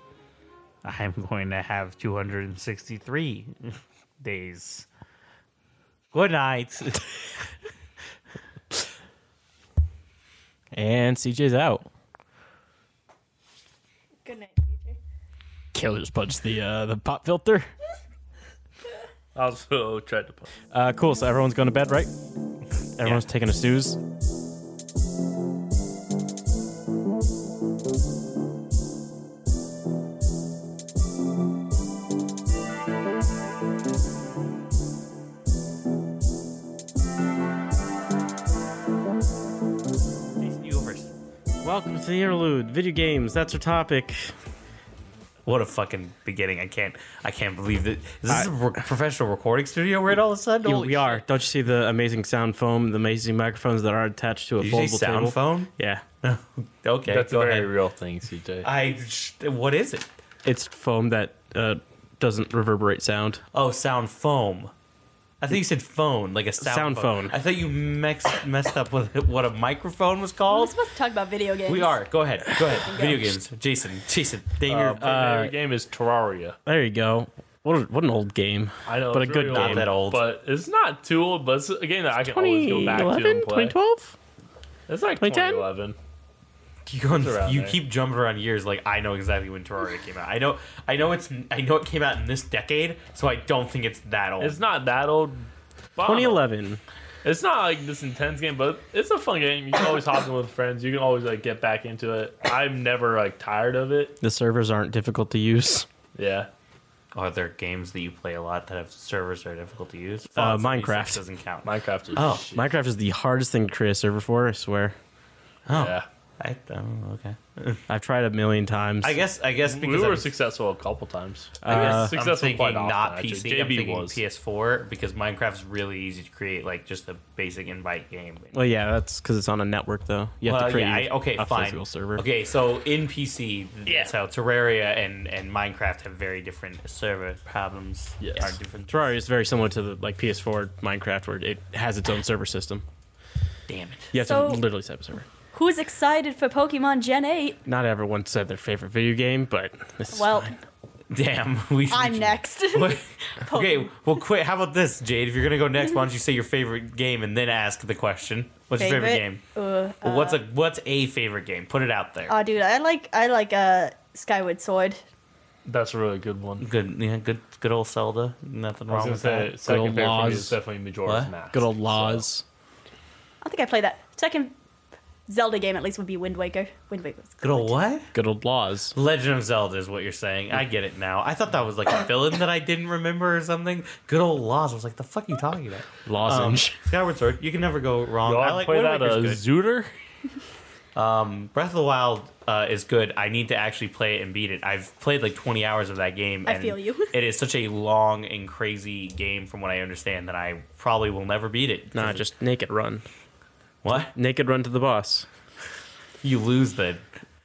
E: I'm going to have 263 <laughs> days. Good
D: <laughs>
E: night.
D: And CJ's out.
B: Good night, CJ.
D: Killer just punched the uh, the pop filter.
F: Also tried to punch.
D: Uh, cool. So everyone's going to bed, right? Everyone's taking a snooze. Welcome to the interlude. Video games. That's our topic.
E: What a fucking beginning! I can't, I can't believe that. Is this a re- professional recording studio we're in all of a sudden? Holy
D: we are. Don't you see the amazing sound foam, the amazing microphones that are attached to a
E: shit.
D: foldable
E: Did you say sound
D: table?
E: phone? <laughs>
D: Yeah,
E: Okay,
F: That's a
E: go
F: very
E: ahead.
F: real thing, CJ.
E: I. sh- What is it?
D: it's foam that uh, doesn't reverberate sound.
E: Oh, sound foam. I think you said phone, like a sound,
D: Sound phone.
E: I thought you mex- messed up with <laughs> what a microphone was called.
B: supposed to talk about video games.
E: We are. Go ahead. Go ahead. Video games. Jason. Jason. Name your. uh,
F: My favorite game is Terraria.
D: There you go. What a, what an old game.
F: I know,
D: but a
F: it's
D: good
F: really
D: game.
E: Not that old.
F: But it's not too old, but it's a game that I can always go back to
D: 2011,
F: and play.
D: 2012.
F: It's like
D: 2010?
F: 2011.
E: you go on-
F: around
E: you
F: there.
E: keep jumping around years. Like I know exactly when Terraria came out. I know. I know it's. I know it came out in this decade. So I don't think it's that old.
F: It's not that old. but I don't know.
D: 2011.
F: It's not like this intense game, but it's a fun game. You can always hop in with friends. You can always like get back into it. I'm never like tired of it.
D: The servers aren't difficult to use.
E: Oh,
F: Yeah.
E: Are there games that you play a lot that have servers that are difficult to use?
D: Uh,
E: Fallout 76
D: Minecraft.
E: doesn't count.
F: Minecraft is
D: Oh,
F: shit.
D: Minecraft is the hardest thing to create a server for. I swear.
F: yeah.
E: I, oh, okay.
D: I've tried a million times.
E: I guess. I guess
F: We
E: because
F: were
E: I'm-
F: successful a couple times.
E: I
D: Uh,
E: guess
F: guess
E: I'm
F: successful
E: thinking
F: quite often,
E: not
F: actually.
E: PC. I'm
F: JB
E: thinking
F: was.
E: PS4 because Minecraft's really easy to create, like just a basic invite game.
D: Well, yeah, that's because it's on a network though. You have
E: Well,
D: to create
E: yeah, I,
D: your-
E: okay,
D: a
E: fine.
D: physical server.
E: Okay, so in PC, that's how Terraria and, and Minecraft have very different server problems.
F: Yes.
E: Are different.
D: Terraria is very similar to the like PS4 Minecraft, where it has its own server system.
E: Damn it. <laughs>
D: You have
B: So-
D: to literally set up a server.
B: Who's excited for Pokemon Gen 8?
D: Not everyone said their favorite video game, but this is
B: Well,
D: fine.
E: Damn. <laughs> We,
B: I'm
E: we-
B: next. <laughs>
E: What- okay, well, quit. How about this, Jade? If you're gonna go next, why don't you say your favorite game and then ask the question? What's your favorite game?
B: Uh,
E: Well, what's a what's a favorite game? Put it out there.
B: oh, dude, I like I like uh Skyward Sword.
F: That's a really good one.
E: Good, yeah, good, good old Zelda. Nothing
F: I was
E: wrong
F: gonna
E: with
F: say
E: that.
F: second
D: old
F: favorite for me is
D: laws.
F: definitely Majora's
E: What?
F: Mask.
D: Good old
F: so-
D: laws.
B: I think I played that second Zelda game. At least would be Wind Waker. Wind Waker. Was
E: Good old what?
D: Good old laws.
E: Legend of Zelda is what you're saying. I get it now. I thought that was like a villain that I didn't remember or something. Good old Laws. I was like, the fuck are you talking about? Um, <laughs>
D: Lozenge.
E: Skyward Sword. You can never go wrong.
F: Y'all
E: I like
F: play
E: Wind
F: that uh,
E: Waker's good.
F: Zooter?
E: Um, Breath of the Wild uh, is good. I need to actually play it and beat it. I've played like 20 hours of that game.
B: I
E: and
B: feel you. <laughs>
E: It is such a long and crazy game, from what I understand, that I probably will never beat it.
D: nah, just naked run.
E: what?
D: Naked run to the boss.
E: You lose then.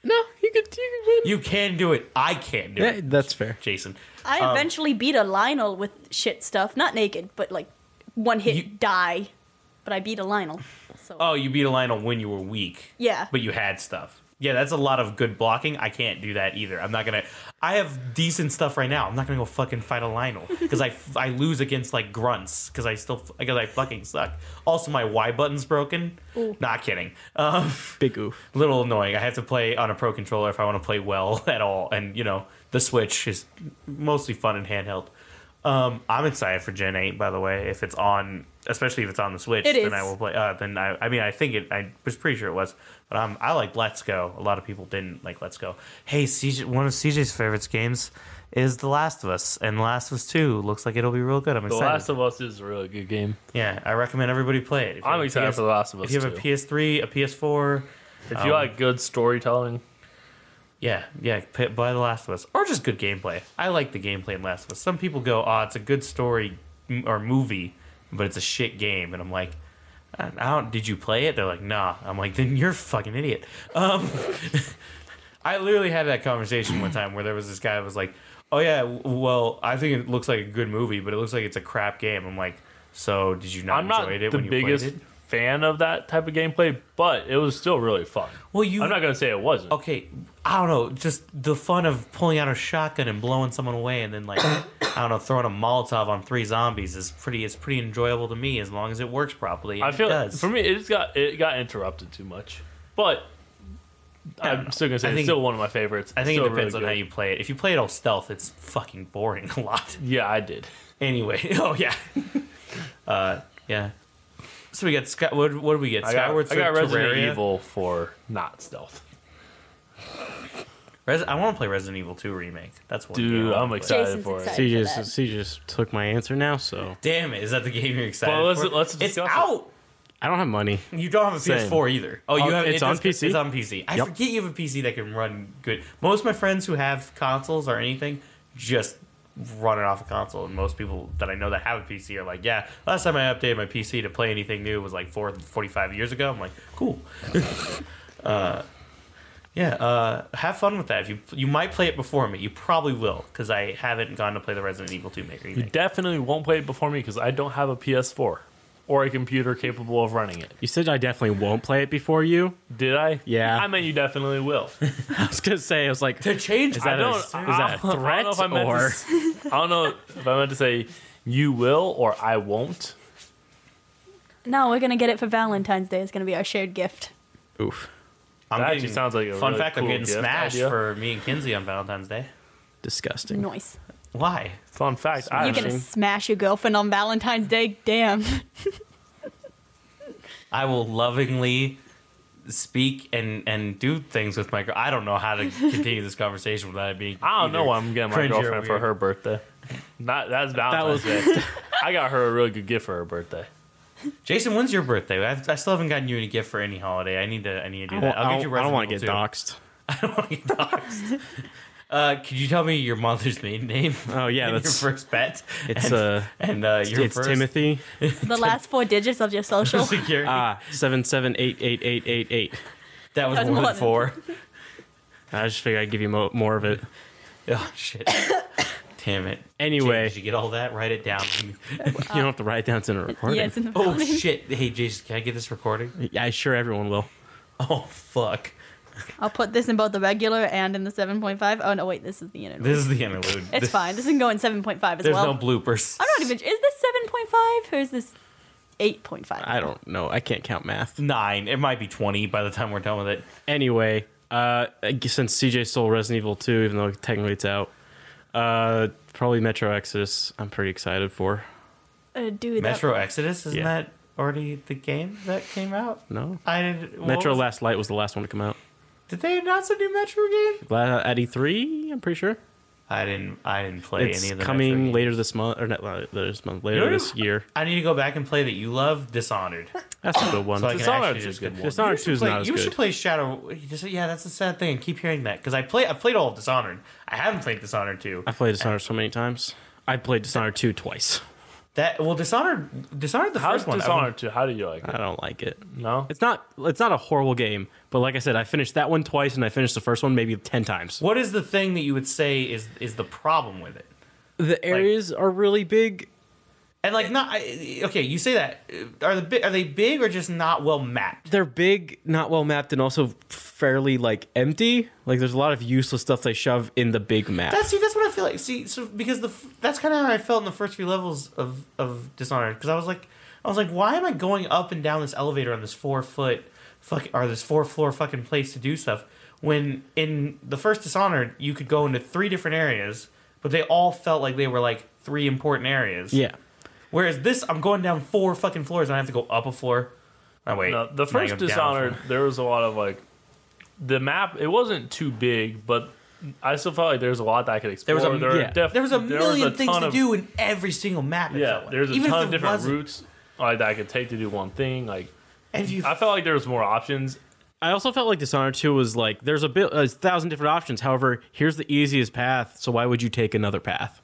D: No, you could, you could
E: You can do it. I can't do
D: win. Yeah,
E: it.
D: that's fair.
E: Jason.
B: I eventually beat a Lionel with shit stuff. Not naked, but like one hit
E: You-
B: die. But I beat a Lionel. So
E: Oh, you beat a Lionel when you were weak.
B: yeah.
E: But you had stuff. Yeah, that's a lot of good blocking. I can't do that either. I'm not gonna. I have decent stuff right now. I'm not gonna go fucking fight a Lionel because I, f- I lose against like grunts because I still because I fucking suck. Also, my Y button's broken. Not kidding. Um,
D: Big oof.
E: little annoying. I have to play on a pro controller if I want to play well <laughs> at all. And you know, the Switch is mostly fun and handheld. Um, I'm excited for Gen 8, by the way. If it's on, especially if it's on the Switch,
B: It
E: then I
B: is.
E: will play. Uh, then I, I mean, I think it. I was pretty sure it was, but um, I like Let's Go. A lot of people didn't like Let's Go. Hey, CJ, one of CJ's favorites games is The Last of Us, and The Last of Us Two looks like it'll be real good. I'm
F: The
E: excited.
F: Last of Us is a really good game.
E: yeah, I recommend everybody play it. If you
F: I'm
E: have a
F: excited
E: PS
F: for The Last of Us
E: If you have a
F: too.
E: PS3, a PS4,
F: If
E: Oh.
F: you like good storytelling,
E: Yeah, yeah, p- by The Last of Us. Or just good gameplay. I like the gameplay in Last of Us. Some people go, oh, it's a good story m- or movie, but it's a shit game. And I'm like, I I don't, did you play it? They're like, nah. I'm like, then you're a fucking idiot. Um, <laughs> I literally had that conversation one time where there was this guy that was like, oh, yeah, w- well, I think it looks like a good movie, but it looks like it's a crap game. I'm like, so did you not
F: I'm not
E: enjoy it
F: the
E: when you played
F: biggest
E: it?
F: fan of that type of gameplay, but it was still really fun.
E: Well, you
F: I'm not gonna say it wasn't.
E: okay, I don't know, just the fun of pulling out a shotgun and blowing someone away, and then like I don't know, throwing a Molotov on three zombies is pretty. It's pretty enjoyable to me as long as it works properly. and
F: I feel
E: it does.
F: for me, it just got it got interrupted too much, but I'm still gonna say
E: I
F: it's
E: think-
F: still one of my favorites.
E: I
F: It's
E: think it
F: still
E: depends
F: really
E: on how
F: good.
E: you play it. If you play it all stealth, it's fucking boring <laughs> a lot.
F: Yeah, I did.
E: Anyway, <laughs> oh
F: <laughs>
E: yeah, uh, yeah. So we got Sky. What, what do we get?
F: I got,
E: Skyward
F: I got
E: Sword,
F: Resident
E: Terraria.
F: Evil for not stealth.
E: Res- I want to play Resident Evil Two remake. That's one. game I
F: Dude,
E: wanna
F: I'm
E: play.
F: excited
B: Jason's
F: for
B: excited.
F: it.
D: She
B: for
D: just,
B: that.
D: she just took my answer now, so
E: Damn it! Is that the game you're excited
F: Well, let's-
E: for?
F: let's
E: it's
F: discuss it.
E: out.
D: I don't have money.
E: You don't have a
F: Same.
E: PS4 either. Oh, you
D: Oh,
E: have
D: it's
E: it
D: on
E: does-
D: PC?
E: It's on PC. I
D: Yep.
E: forget you have a PC that can run good. Most of my friends who have consoles or anything just run it off a console, and most people that I know that have a PC are like, "Yeah, last time I updated my PC to play anything new was like four, 45 years ago." I'm like, "Cool." <laughs> uh, yeah, uh, have fun with that. If you you might play it before me, you probably will because I haven't gone to play the Resident Evil 2 remake.
F: You definitely won't play it before me because I don't have a PS4 or a computer capable of running it.
D: You said I definitely won't play it before you. <laughs>
F: Did I?
D: Yeah.
F: I mean, you definitely will.
D: I was gonna say, I was like,
E: to change
D: is
F: I
D: that, a,
F: don't.
D: is that a
F: I don't know if I
D: threat
F: meant
D: or?
F: To, s- I don't know if I meant to say you will or I won't.
B: No, we're gonna get it for Valentine's Day. It's gonna be our shared gift.
D: <laughs> Oof.
E: I'm
F: that actually
E: getting-
F: sounds like a
E: fun
F: really
E: fact. I'm
F: cool
E: getting
F: gift
E: smashed
F: idea.
E: for me and Kinsey on Valentine's Day.
D: Disgusting.
B: Nice.
E: Why?
F: Fun fact. I
B: You're
F: actually,
B: gonna smash your girlfriend on Valentine's Day.
E: <laughs>
B: Damn.
E: I will lovingly speak and and do things with my girl. I don't know how
F: <laughs>
E: to continue this conversation without it being.
F: I don't know
E: either
F: what I'm getting my
E: cringy or
F: girlfriend for
E: weird.
F: her birthday. Not that's
D: That
F: Valentine's
D: was-
F: Day. I got her a really good gift for
E: <laughs>
F: her birthday.
E: Jason, when's your birthday? I've, I still haven't gotten you any gift for any holiday. I need to. I need to do that. I'll
D: I
E: get you.
D: don't, I don't want to get
E: Resident Evil too.
D: doxxed.
E: <laughs> I don't want to get doxxed. Uh, could you tell me your mother's maiden
F: <laughs>
E: name?
D: Oh, yeah,
E: and <laughs>
D: that's-
E: your first pet.
D: It's
E: and,
D: uh,
E: and uh, your
D: it's
E: first
D: Timothy.
B: the last four digits of
E: <laughs>
B: your social.
E: security.
D: Ah, seven seven eight eight eight eight eight.
E: that was
B: that's
E: more than
B: one.
E: four.
D: I just figured I'd give you mo- more of it.
E: Oh <coughs> shit! Damn it.
D: Anyway,
E: Jason, did you get all that? Write it <laughs> down.
H: <laughs>
D: you don't have to write it down it's in a recording.
B: yeah, it's in the
E: oh
B: morning.
E: shit! Hey Jason, can I get this recording?
D: Yeah, sure, everyone will.
E: Oh fuck.
B: I'll put this in both the regular and in the 7.5. Oh no, wait, this is the interlude.
E: This is the interlude.
B: it's
E: This-
B: fine. This can go in 7.5 as
E: There's no
B: well.
E: bloopers.
B: I'm not even. Is this 7.5 or is this 8.5?
D: I don't know. I can't count math.
E: nine. It might be twenty by the time we're done with it.
D: Anyway, uh, I guess since CJ stole Resident Evil 2, even though technically it's out,
H: Uh, probably Metro Exodus. I'm pretty excited for.
B: Uh, dude, that-
E: Metro Exodus isn't
H: Yeah.
E: that already the game that came out?
H: No,
E: I didn't. what
H: Metro
E: was-
H: Last Light was the last one to come out.
E: Did they announce a new Metro game?
H: La- At E3, I'm pretty sure
E: I didn't. I didn't play
H: it's
E: any of the. Metro
H: coming
E: games.
H: later this month or not later this month, later
E: You know what
H: this year.
E: I need to go back and play that you love Dishonored.
B: <laughs>
H: That's the one.
E: So I can
H: Dishonored
E: actually
H: is
E: just
H: good.
E: get one.
H: Dishonored
E: You
H: two is
E: should play-
H: not as
E: You
H: good.
E: should play Shadow. you just- Yeah, that's the sad thing. I keep hearing that because I play. I've played all of Dishonored. I haven't played Dishonored two.
H: I've played Dishonored so many times. I played Dishonored two twice. <laughs>
E: That well, Dishonored. Dishonored the
F: How's
E: first one. I
F: Dishonored 2? How do you like it?
H: I don't like it.
F: No?
H: It's not. It's not a horrible game, but like I said, I finished that one twice, and I finished the first one maybe ten times.
E: What is the thing that you would say is is the problem with it?
H: The areas are really big.
E: And like not I- okay, you say that are the bi- are they big or just not well mapped?
H: They're big, not well mapped, and also fairly like empty. Like there's a lot of useless stuff they shove in the big map.
E: That's see, that's what I feel like. See, so because the f- that's kind of how I felt in the first few levels of of Dishonored because I was like I was like, why am I going up and down this elevator on this four foot fuck or this four floor fucking place to do stuff when in the first Dishonored you could go into three different areas, but they all felt like they were like three important areas.
H: yeah.
E: Whereas this, I'm going down four fucking floors and I have to go up a floor. Oh, wait.
F: No,
E: Now
F: the first
E: you go down a
F: Dishonored,
E: floor.
F: there was a lot of like the map. It wasn't too big, but I still felt like there was a lot that I could
E: There
F: explore.
E: was a-
F: were
H: yeah.
F: def-
E: There was a
F: there was
E: million
F: a
E: things
F: ton
E: to
F: of-
E: do in every single map. It felt
F: Yeah,
E: like.
F: there's a
E: Even
F: ton
E: if
F: of
E: there
F: different
E: wasn't.
F: routes like, that I could take to do one thing. Like
E: And if you,
F: I felt like there was more options.
H: I also felt like Dishonored 2 was like there's a bit a thousand different options. However, here's the easiest path, so why would you take another path?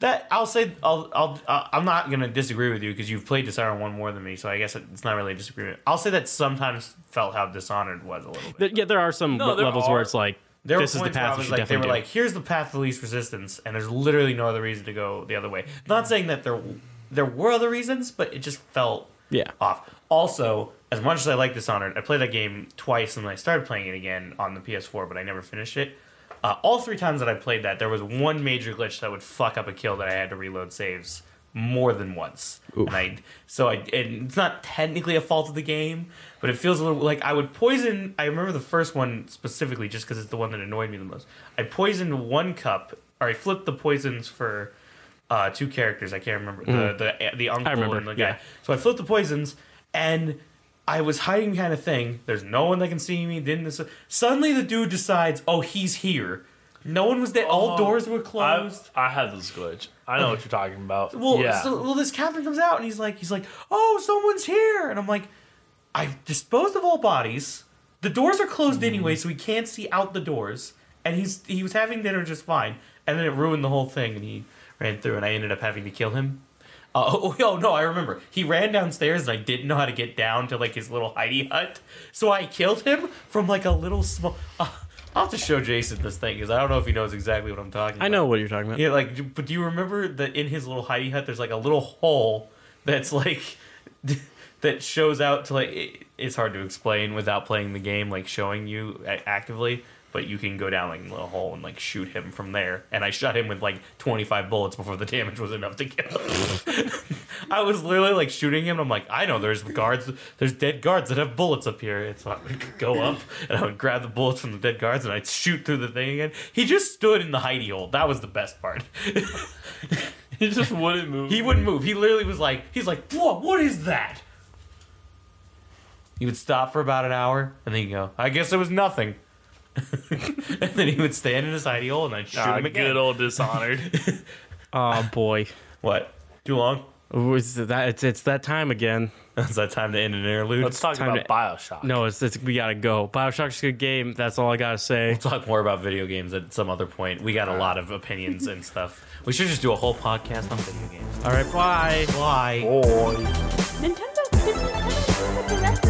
E: that I'll say I'll, I'll uh, I'm not gonna disagree with you because you've played Dishonored one more than me, so I guess it's not really a disagreement. I'll say that sometimes felt how Dishonored was a little bit.
H: Th- yeah, there are some
F: No,
H: le-
F: there
H: levels
F: are.
H: where it's like
E: There
H: this
E: were
H: is the
E: points where I
H: path you
E: was
H: should
E: like, they were
H: definitely
E: like, here's the path of least resistance, and there's literally no other reason to go the other way. Not saying that there there were other reasons, but it just felt
H: do. Yeah.
E: off. Also, as much as I like Dishonored, I played that game twice and then I started playing it again on the PS4, but I never finished it. Uh, all three times that I played that, there was one major glitch that would fuck up a kill that I had to reload saves more than once. And I, so I, and it's not technically a fault of the game, but it feels a little like I would poison. I remember the first one specifically just because it's the one that annoyed me the most. I poisoned one cup, or I flipped the poisons for uh, two characters. I can't remember the the the uncle
H: Mm. remember,
E: and the guy.
H: yeah.
E: So I flipped the poisons, and I was hiding behind a thing. There's no one that can see me. Didn't this, suddenly the dude decides, oh, he's here. No one was there. All doors were
F: I,
E: closed.
F: I had this glitch. I know what you're talking about.
E: well,
F: yeah,
E: so-
F: <laughs>
E: well, this captain comes out and he's like, he's like, oh, someone's here, and I'm like, I've disposed of all bodies. The doors are closed
H: Mm-hmm.
E: anyway, so he can't see out the doors. And he's he was having dinner just fine, and then it ruined the whole thing, and he ran through, and I ended up having to kill him. Uh, <laughs> oh, oh, no, I remember. He ran downstairs, and I didn't know how to get down to like his little hidey hut, so I killed him from like a little small. Uh, I'll have to show Jason this thing because I don't know if he knows exactly what I'm talking.
H: I
E: about.
H: know what you're talking about.
E: Yeah, like, do- but do you remember that in his little hidey hut, there's like a little hole that's like <laughs> that shows out to like it, it's hard to explain without playing the game, like showing you a- actively. But you can go down like a little hole and like shoot him from there. And I shot him with like 25 bullets before the damage was enough to kill him. <laughs> I was literally like shooting him. And I'm like, I know there's guards, there's dead guards that have bullets up here. It's I would go up and I would grab the bullets from the dead guards and I'd shoot through the thing again. He just stood in the hidey hole. That was the best part. <laughs>
F: he just wouldn't move.
E: He wouldn't move. He literally was like, he's like, whoa, what is that? He would stop for about an hour and then he'd go, I guess it was nothing. <laughs> and then he would stand in his hidey hole and I'd shoot
F: Ah,
E: him again.
F: good old Dishonored.
E: <laughs>
H: Oh boy.
E: what? Too long?
H: Ooh, It's that it's, it's that time again.
E: Is that time to end an interlude?
F: Let's talk
H: time
F: about
H: to-
F: Bioshock.
H: No, it's, it's we gotta go. Bioshock's a good game. That's all I gotta say.
E: We'll talk more about video games at some other point. We got a lot of <laughs> opinions and stuff. We should just do a whole podcast on video games. All right, bye. Bye.
B: Nintendo. Nintendo Direct.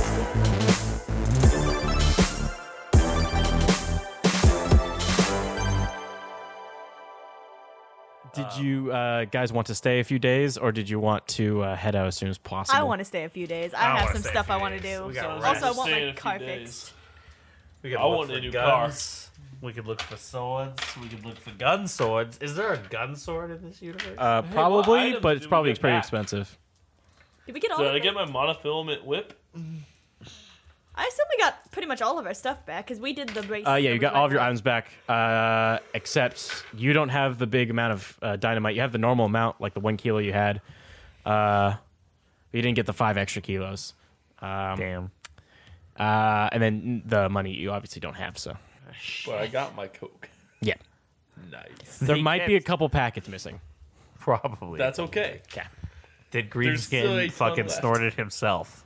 D: Did you uh, guys want to stay a few days, or did you want to uh, head out as soon as possible?
B: I want to stay a few days.
E: don't
B: I, have
E: wanna
B: some
E: stay a
B: stuff
E: few
B: I want to
E: days.
B: do.
E: We gotta
B: So-
E: rest.
B: Also, I want
F: Stay in a
B: my
F: few
B: car
F: days.
B: fixed.
E: We could
F: I
E: look
F: want
E: for
F: a new
E: guns. We could look for swords. We could look for gun swords. Is there a gun sword in this universe?
D: Uh,
F: what
D: probably,
F: items
D: but
F: did
D: it's
F: we
D: probably
F: get
D: pretty
F: back?
D: expensive.
B: Did we get all?
F: Did
B: of
F: I get
B: it?
F: my monofilament whip?
B: I assume we got pretty much all of our stuff back because we did the race.
D: Uh, yeah, you
B: that
D: got
B: we
D: all of your
B: went
D: items back, uh, except you don't have the big amount of uh, dynamite. You have the normal amount, like the one kilo you had. Uh, you didn't get the five extra kilos. Um,
E: Damn.
D: Uh, and then the money you obviously don't have. So
F: But I got my Coke.
D: yeah,
F: Nice.
D: there
E: He
D: might be a
E: can't-
D: couple packets missing.
E: Probably.
F: That's okay.
E: Did
F: still a
E: Greenskin
F: ton
E: fucking
F: left.
E: snorted himself?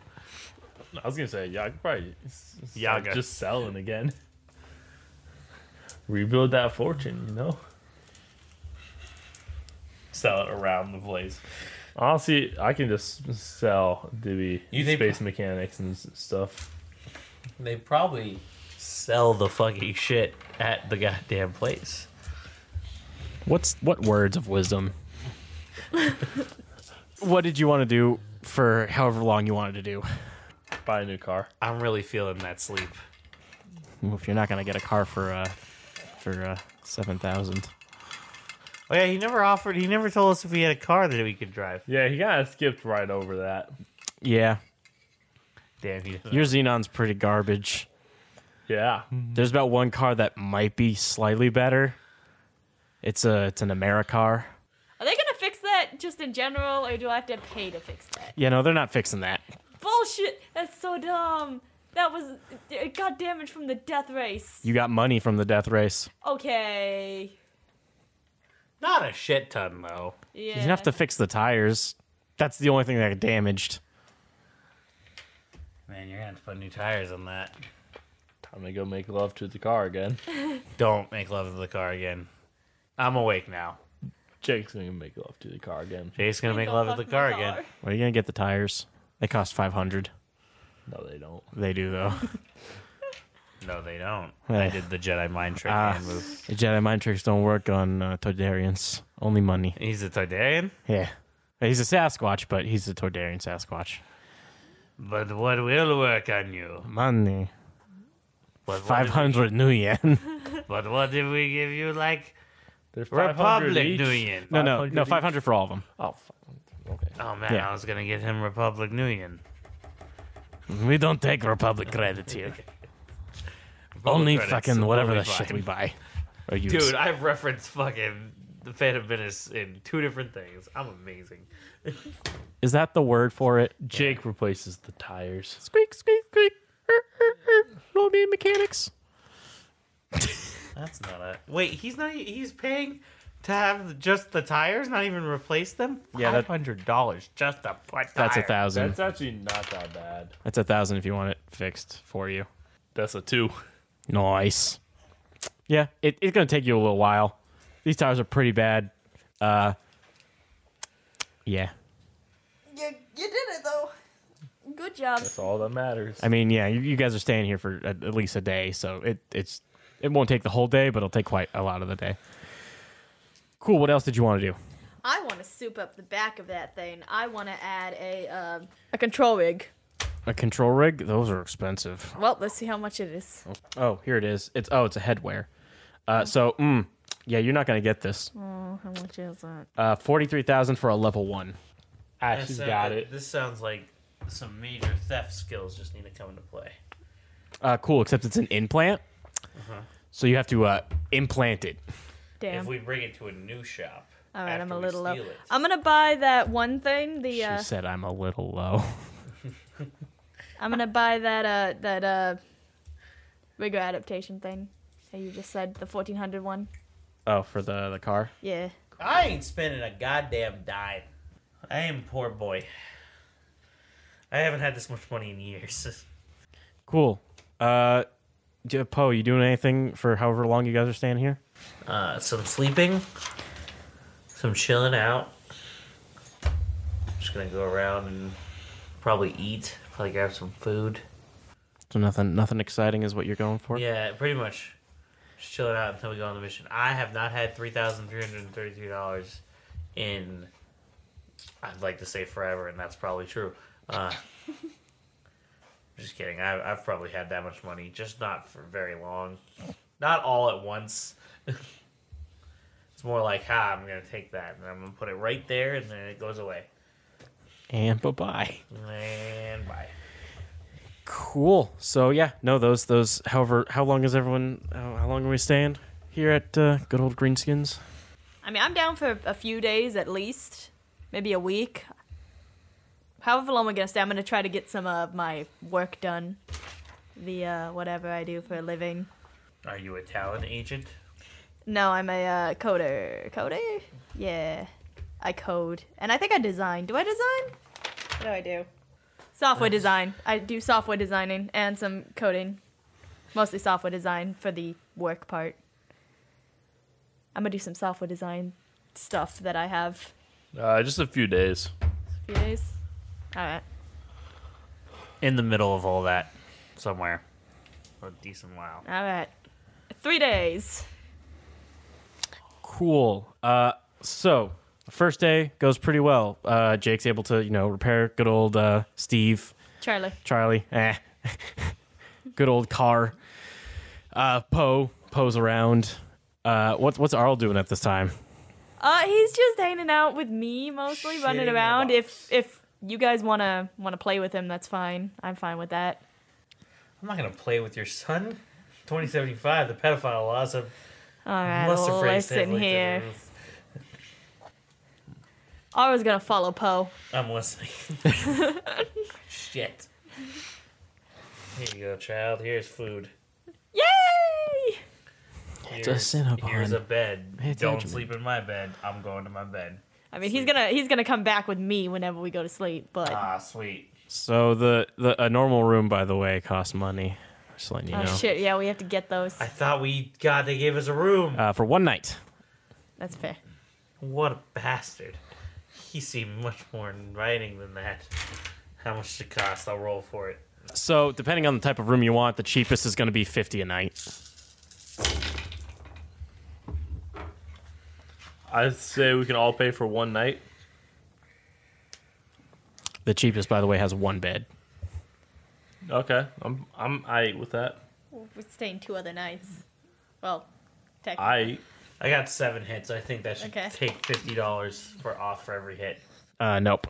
F: I was gonna say, yeah, I could probably s- s-
E: Yaga.
F: start just selling again. <laughs> Rebuild that fortune, you know. Sell it around the place. Honestly, I can just sell the
I: You think-
F: space mechanics and s- stuff.
I: They probably sell the fucking shit at the goddamn place.
D: What's what words of wisdom? what did you want to do for however long you wanted to do?
F: Buy a new car.
E: I'm really feeling that sleep.
D: Well, If you're not gonna get a car for uh, for uh, seven thousand.
E: Oh yeah, he never offered. He never told us if we had a car that we could drive.
F: Yeah, he kind of skipped right over that.
D: Yeah,
E: Damn, he doesn't.
D: your Xenon's pretty garbage.
F: Yeah,
D: There's about one car that might be slightly better. It's a it's an AmeriCar.
B: Are they gonna fix that just in general, or do I have to pay to fix that?
D: Yeah, no, they're not fixing that.
B: Bullshit! That's so dumb. That was it got damage from the death race.
D: You got money from the death race.
B: Okay.
E: Not a shit ton though.
B: Yeah.
D: You have to fix the tires. That's the only thing that got damaged.
E: Man, you're gonna have to put new tires on that.
F: time to go make love to the car again.
E: Don't make love to the car again. I'm awake now.
F: Jake's gonna make love to the car again.
E: Jake's gonna make
B: Don't
E: love
B: fuck
E: to the
B: with
E: car again.
D: Where are you gonna get the tires? They cost five hundred.
F: No, they don't.
D: They do though.
E: No, they don't.
D: Eh.
E: I did the Jedi mind trick
D: Ah.
E: hand move.
D: The Jedi mind tricks don't work on uh, Tordarians. Only money.
E: He's a Tardarian,
D: Yeah. He's a Sasquatch, but he's a Tordarian Sasquatch.
E: but what will work on you?
D: Money.
E: But what
D: Five
E: if-
D: hundred new <laughs> yen.
E: But what if we give you like
F: They're 500
E: Republic
F: each.
E: Nuyen?
D: no, no,
F: 500
D: no.
F: each.
D: Five hundred for all of them.
F: Oh, fuck. okay.
E: Oh man,
D: Yeah.
E: I was gonna get him Republic Nuyen.
D: We don't take Republic credit here. Only
E: credits,
D: fucking whatever the
E: totally
D: shit
E: fine.
D: we buy. Or use.
E: Dude, I've referenced fucking the Phantom Menace in two different things. I'm amazing.
D: is that the word for it?
F: Jake replaces the tires.
D: Squeak, squeak, squeak. Er, er, er. Roll me mechanics.
E: That's not a wait. He's not. e, He's paying to have just the tires, not even replace them.
D: Yeah, that-
E: five hundred dollars just to put.
D: That's a
E: tire.
D: thousand.
F: That's actually not that bad.
D: That's a thousand if you want it fixed for you.
F: That's a two.
D: Nice. Yeah, it, it's gonna take you a little while. These tires are pretty bad. Uh, yeah.
B: You, you did it though. Good job.
F: That's all that matters.
D: I mean, yeah. You, you guys are staying here for at, at least a day, so it it's it won't take the whole day, but it'll take quite a lot of the day. Cool. What else did you want to do?
B: I want to soup up the back of that thing. I want to add a um, a control rig.
D: A control rig? Those are expensive.
B: Well, let's see how much it is.
D: Oh, here it is. It's oh, it's a headwear. Uh, so, mm, yeah, you're not gonna get this.
B: Oh, how much is that?
D: Uh, Forty-three thousand for a level one.
F: Ash has
E: This sound-
F: got it.
E: This sounds like some major theft skills just need to come into play.
D: Uh, cool. Except it's an implant, so you have to uh, implant it.
B: Damn.
E: If we bring it to a new shop,
B: All right, I'm
E: after
B: a
E: we
B: little low.
E: steal it.
B: I'm gonna buy that one thing. The uh,
D: She said, "I'm a little low." <laughs>
B: I'm gonna buy that uh that uh Rigo adaptation thing. That you just said the 1400 one.
D: oh, for the the car.
B: Yeah.
E: I ain't spending a goddamn dime. I am poor boy. I haven't had this much money in years. <laughs>
D: Cool. Uh, J- Poe, you doing anything for however long you guys are staying here?
E: Uh, some sleeping, some chilling out. Just gonna go around and probably eat, probably grab some food.
D: So nothing, nothing exciting is what you're going for.
E: Yeah, pretty much. Just chilling out until we go on the mission. I have not had three thousand three hundred and thirty-three dollars in. I'd like to say forever, and that's probably true. Uh, <laughs> just kidding. I, I've probably had that much money, just not for very long. Not all at once. <laughs> it's more like, ha, I'm gonna take that and I'm gonna put it right there, and then it goes away.
D: And bye bye.
E: And bye.
D: Cool. So yeah, no, those those. However, how long is everyone? How, how long are we staying here at uh, good old Greenskins?
B: I mean, I'm down for a few days at least, maybe a week. However long we're gonna stay, I'm gonna try to get some of my work done. The uh, whatever I do for a living.
E: Are you a talent agent?
B: No, I'm a uh, coder. Coder? Yeah, I code, and I think I design. Do I design? What do I do? Software design. I do software designing and some coding, mostly software design for the work part. I'm gonna do some software design stuff that I have.
F: Uh, just a few days.
B: Few days. All right.
C: in the middle of all that somewhere. A decent while.
B: All right. Three days.
D: Cool. Uh, so first day goes pretty well. Uh, Jake's able to you know repair good old uh, Steve
B: Charlie.
D: Charlie. Eh. <laughs> Good old car. Uh, Poe. Poe's around. Uh, what's what's Arl doing at this time?
B: Uh, he's just hanging out with me mostly, running around. If if you guys wanna wanna play with him, that's fine. I'm fine with that.
E: I'm not gonna play with your son. 2075, the pedophile laws have
B: All right,
E: must
B: well,
E: have raised him
B: listen
E: like
B: here.
E: this.
B: I was gonna follow Poe.
E: I'm listening.
B: <laughs>
E: Shit. Here you go, child. Here's food.
B: Yay!
E: Here's,
D: Cinnabon.
E: here's a bed. Don't
D: attention.
E: sleep in my bed. I'm going to my bed.
B: I mean, he's gonna he's gonna come back with me whenever we go to sleep. But
E: Ah, sweet.
D: So the, the a normal room, by the way, costs money. Just letting you
B: oh
D: know.
B: shit, yeah, we have to get those.
E: I thought we God they gave us a room.
D: Uh, for one night.
B: That's fair.
E: What a bastard. He seemed much more inviting than that. How much it cost? I'll roll for it.
D: So depending on the type of room you want, the cheapest is going to be fifty a night.
F: I say we can all pay for one night.
D: The cheapest, by the way, has one bed.
F: Okay, I'm I'm I with that.
B: We're staying two other nights. Well, technically.
F: I
E: I got seven hits. I think that should
B: Okay.
E: take fifty dollars for off for every hit.
D: Uh, nope,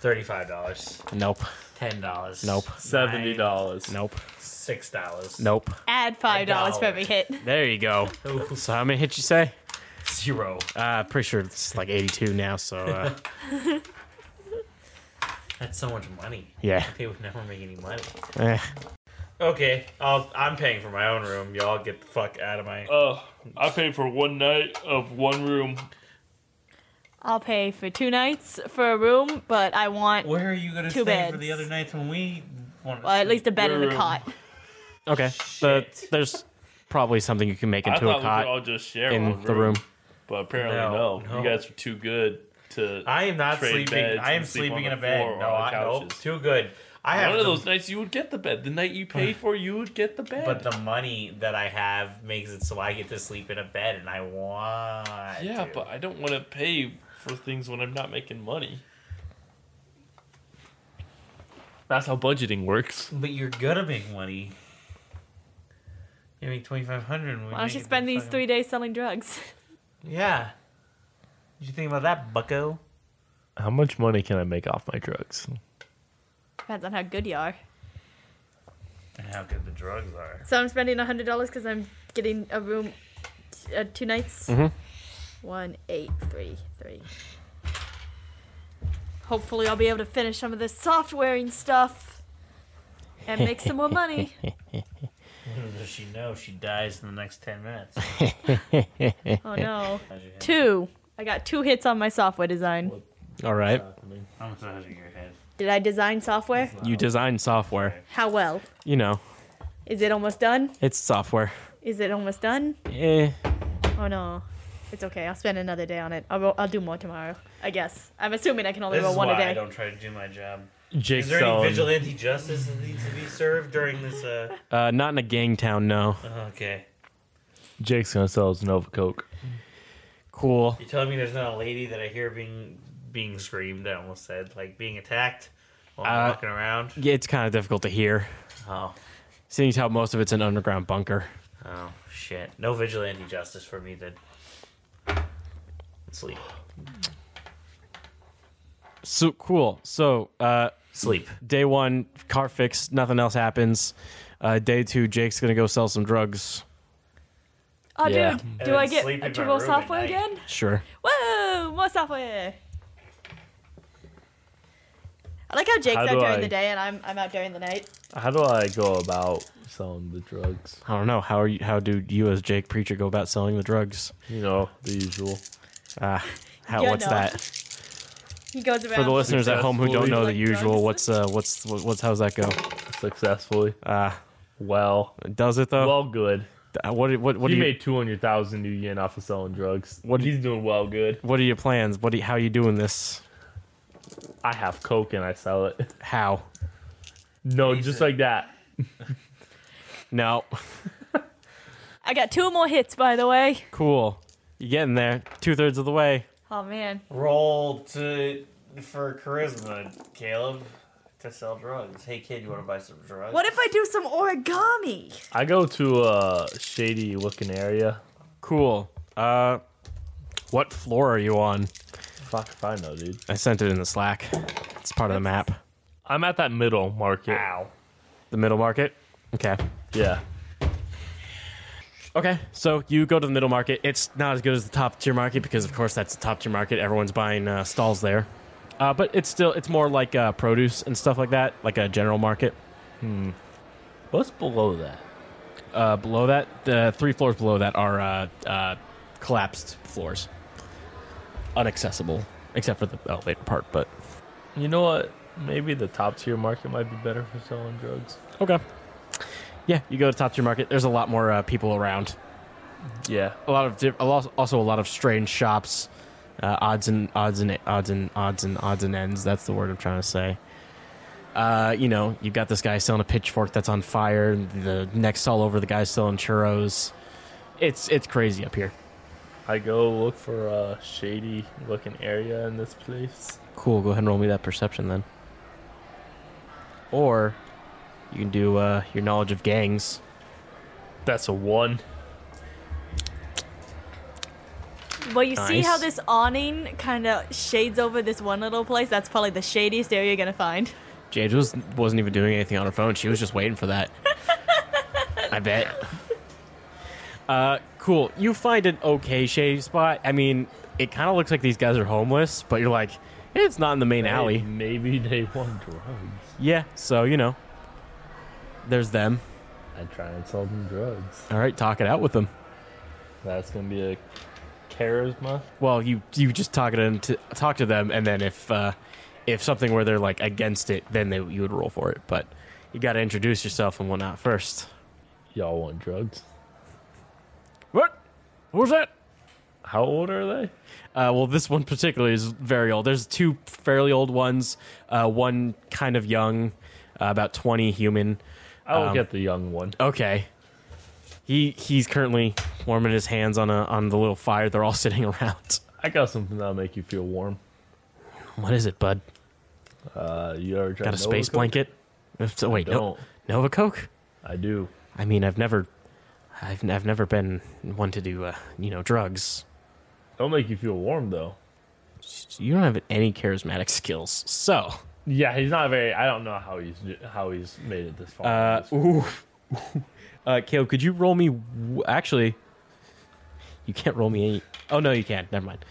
E: Thirty-five dollars.
D: nope,
E: Ten dollars.
D: Nope.
F: seventy dollars.
D: nope,
E: Six dollars.
D: nope.
B: add five dollars for every hit.
D: There you go. So how many hits you say?
E: Zero.
D: Uh, pretty sure it's like eighty-two now. So uh, <laughs>
E: That's so much money.
D: yeah.
E: They would never make any money.
D: Eh.
E: Okay, I'll, I'm paying for my own room. Y'all get the fuck out of my.
F: Oh, I paid for one night of one room.
B: I'll pay for two nights for a room, but I want well,
E: Where are you gonna
B: Two
E: stay for the
B: beds.
E: other nights when we want to?
B: at least a bed and a
F: room.
B: cot.
D: Okay. The,
E: Shit.
D: there's probably something you can make
F: I
D: into a
F: thought we could all
D: cot
F: just share
D: in
F: one
D: the room.
F: but apparently
E: No,
F: no.
E: no.
F: You guys are too good to.
E: I am not
F: trade
E: sleeping.
F: beds
E: I am
F: and sleep
E: sleeping in
F: on
E: a
F: the
E: bed.
F: floor
E: No,
F: or on
E: I, nope.
F: couches.
E: Too good. I have
F: one of
E: the-
F: those nights you would get the bed. The night you paid for, you would get the bed.
E: But the money that I have makes it so I get to sleep in a bed, and I want.
F: yeah,
E: to.
F: but I don't want to pay for things when I'm not making money. That's how budgeting works.
E: but you're gonna make money. You make twenty five hundred.
B: Why don't you spend these three days selling drugs?
E: Yeah. Did you think about that, Bucko?
F: How much money can I make off my drugs?
B: Depends on how good you are.
E: And how good the drugs are.
B: So I'm spending hundred dollars because I'm getting a room, uh, two nights.
E: Mm-hmm.
B: One, eight, three, three. Hopefully, I'll be able to finish some of this soft wearing stuff and make some more <laughs> money.
E: Little <laughs> Does she know she dies in the next ten minutes?
B: Oh no! Two. I got two hits on my software design.
D: All right.
E: <laughs> I'm massaging your head.
B: Did I design software?
D: You design software.
B: How well?
D: You know,
B: Is it almost done?
D: it's software.
B: Is it almost done?
D: Eh.
B: Oh no. It's okay. I'll spend another day on it. I'll, ro- I'll do more tomorrow. I guess. I'm assuming I can only
E: This
B: roll
E: is
B: one
E: why
B: a day.
E: I don't try to do my job.
F: Jake's
E: Is there any
F: selling.
E: vigilante justice that needs to be served during this?
B: <laughs>
E: Uh, Oh,
D: Uh, not in a gang town, no.
E: okay.
F: Jake's gonna sell his Nova Coke.
D: Cool.
E: You telling me there's not a lady that I hear being being screamed? I almost said like being attacked while I'm
D: Uh,
E: walking around.
D: Yeah, it's kind of difficult to hear,
E: Oh,
D: seeing as how most of it's an underground bunker.
E: oh shit! No vigilante justice for me then. Sleep.
D: So cool. So, uh,
E: Sleep.
D: Day one, car fix. Nothing else happens. Uh, day two, Jake's gonna go sell some drugs.
B: Oh,
D: Yeah.
B: dude, do I
E: then
B: get
E: sleep in
B: to
E: my
B: go
E: room at
B: software
E: night.
B: again?
D: Sure.
B: Whoa, more software. I like how Jake's
F: How
B: out
F: do
B: during
F: I-
B: the day and I'm I'm out during the night.
F: How do I go about selling the drugs?
D: I don't know how are you, how do you as Jake Preacher go about selling the drugs?
F: You know, the usual.
D: Ah, how,
B: Yeah,
D: what's
B: no. <laughs>
D: that
B: He goes around.
D: for the listeners at home who don't know the
B: Like drugs.
D: usual? What's uh what's what's how's that go?
F: Successfully.
D: Ah,
F: Well,
D: does it though?
F: well, good.
D: Uh, what what what
F: he
D: do you
F: made 200,000 new yen off of selling drugs.
D: What do you-
F: He's doing well, good.
D: what are your plans? What do you, how you doing this?
F: I have Coke and I sell it. <laughs>
D: How?
F: No, just like that.
D: No.
B: I got two more hits, by the way.
D: Cool. You're getting there. Two thirds of the way.
B: Oh man,
E: Roll to for charisma, Caleb, to sell drugs. Hey kid, you want to buy some drugs?
B: what if I do some origami?
F: I go to a shady looking area.
D: Cool. Uh, what floor are you on?
F: Fuck if I know, dude.
D: I sent it in the Slack. It's part of the map.
F: I'm at that middle market.
E: Ow.
D: The middle market. Okay.
F: Yeah.
D: Okay. So you go to the middle market. It's not as good as the top tier market because, of course, that's the top tier market. Everyone's buying uh, stalls there. Uh, but it's still it's more like uh, produce and stuff like that, like a general market.
F: Hmm. What's below that?
D: Uh, below that, the three floors below that are uh, uh, collapsed floors, unaccessible except for the elevator part. But
F: You know what? Maybe the top tier market might be better for selling drugs.
D: Okay. Yeah, you go to top tier market. There's a lot more uh, people around.
F: Yeah.
D: A lot of diff- a lot, also a lot of strange shops, uh, odds and odds and odds and odds and odds and ends. That's the word I'm trying to say. Uh, you know, you've got this guy selling a pitchfork that's on fire. and The next all over the guy selling churros. It's it's crazy up here.
F: I go look for a shady looking area in this place.
D: Cool. Go ahead and roll me that perception then. Or you can do uh, your knowledge of gangs.
F: That's a one.
B: Well, you see how
D: Nice.
B: this awning kind of shades over this one little place. That's probably the shadiest area you're gonna find.
D: Jade was wasn't even doing anything on her phone. She was just waiting for that. I bet. Uh, cool. You find an okay shady spot. I mean, it kind of looks like these guys are homeless, but you're like, "Eh, it's not in the main
F: Hey,
D: alley.
F: maybe they want drugs.
D: Yeah. So you know, there's them.
F: I try and sell them drugs.
D: All right, talk it out with them.
F: That's gonna be a charisma.
D: Well, you you just talk to them to talk to them, and then if uh, if something where they're like against it, then they you would roll for it. But you got to introduce yourself and whatnot first.
F: Y'all want drugs?
D: What? What was that?
F: How old are they?
D: Uh, well, this one particularly is very old. There's two fairly old ones. Uh, one kind of young, uh, about 20 human.
F: I will
D: Um,
F: get the young one.
D: Okay. He he's currently warming his hands on a on the little fire they're all <laughs> sitting around.
F: I got something that'll make you feel warm.
D: What is it, bud?
F: Uh, you ever tried
D: Got a
F: Nova
D: space
F: Coke?
D: blanket? Uh, So, wait, no,
F: don't.
D: Nova Coke?
F: I do.
D: I mean, I've never I've I've never been one to do uh, you know, drugs.
F: It'll make you feel warm though.
D: You don't have any charismatic skills. So,
F: Yeah, he's not very. I don't know how he's how he's made it this far.
D: Uh,
F: <laughs>
D: ooh. <laughs> uh, Caleb, could you roll me? W- actually, you can't roll me any. Oh no, you can. Never mind.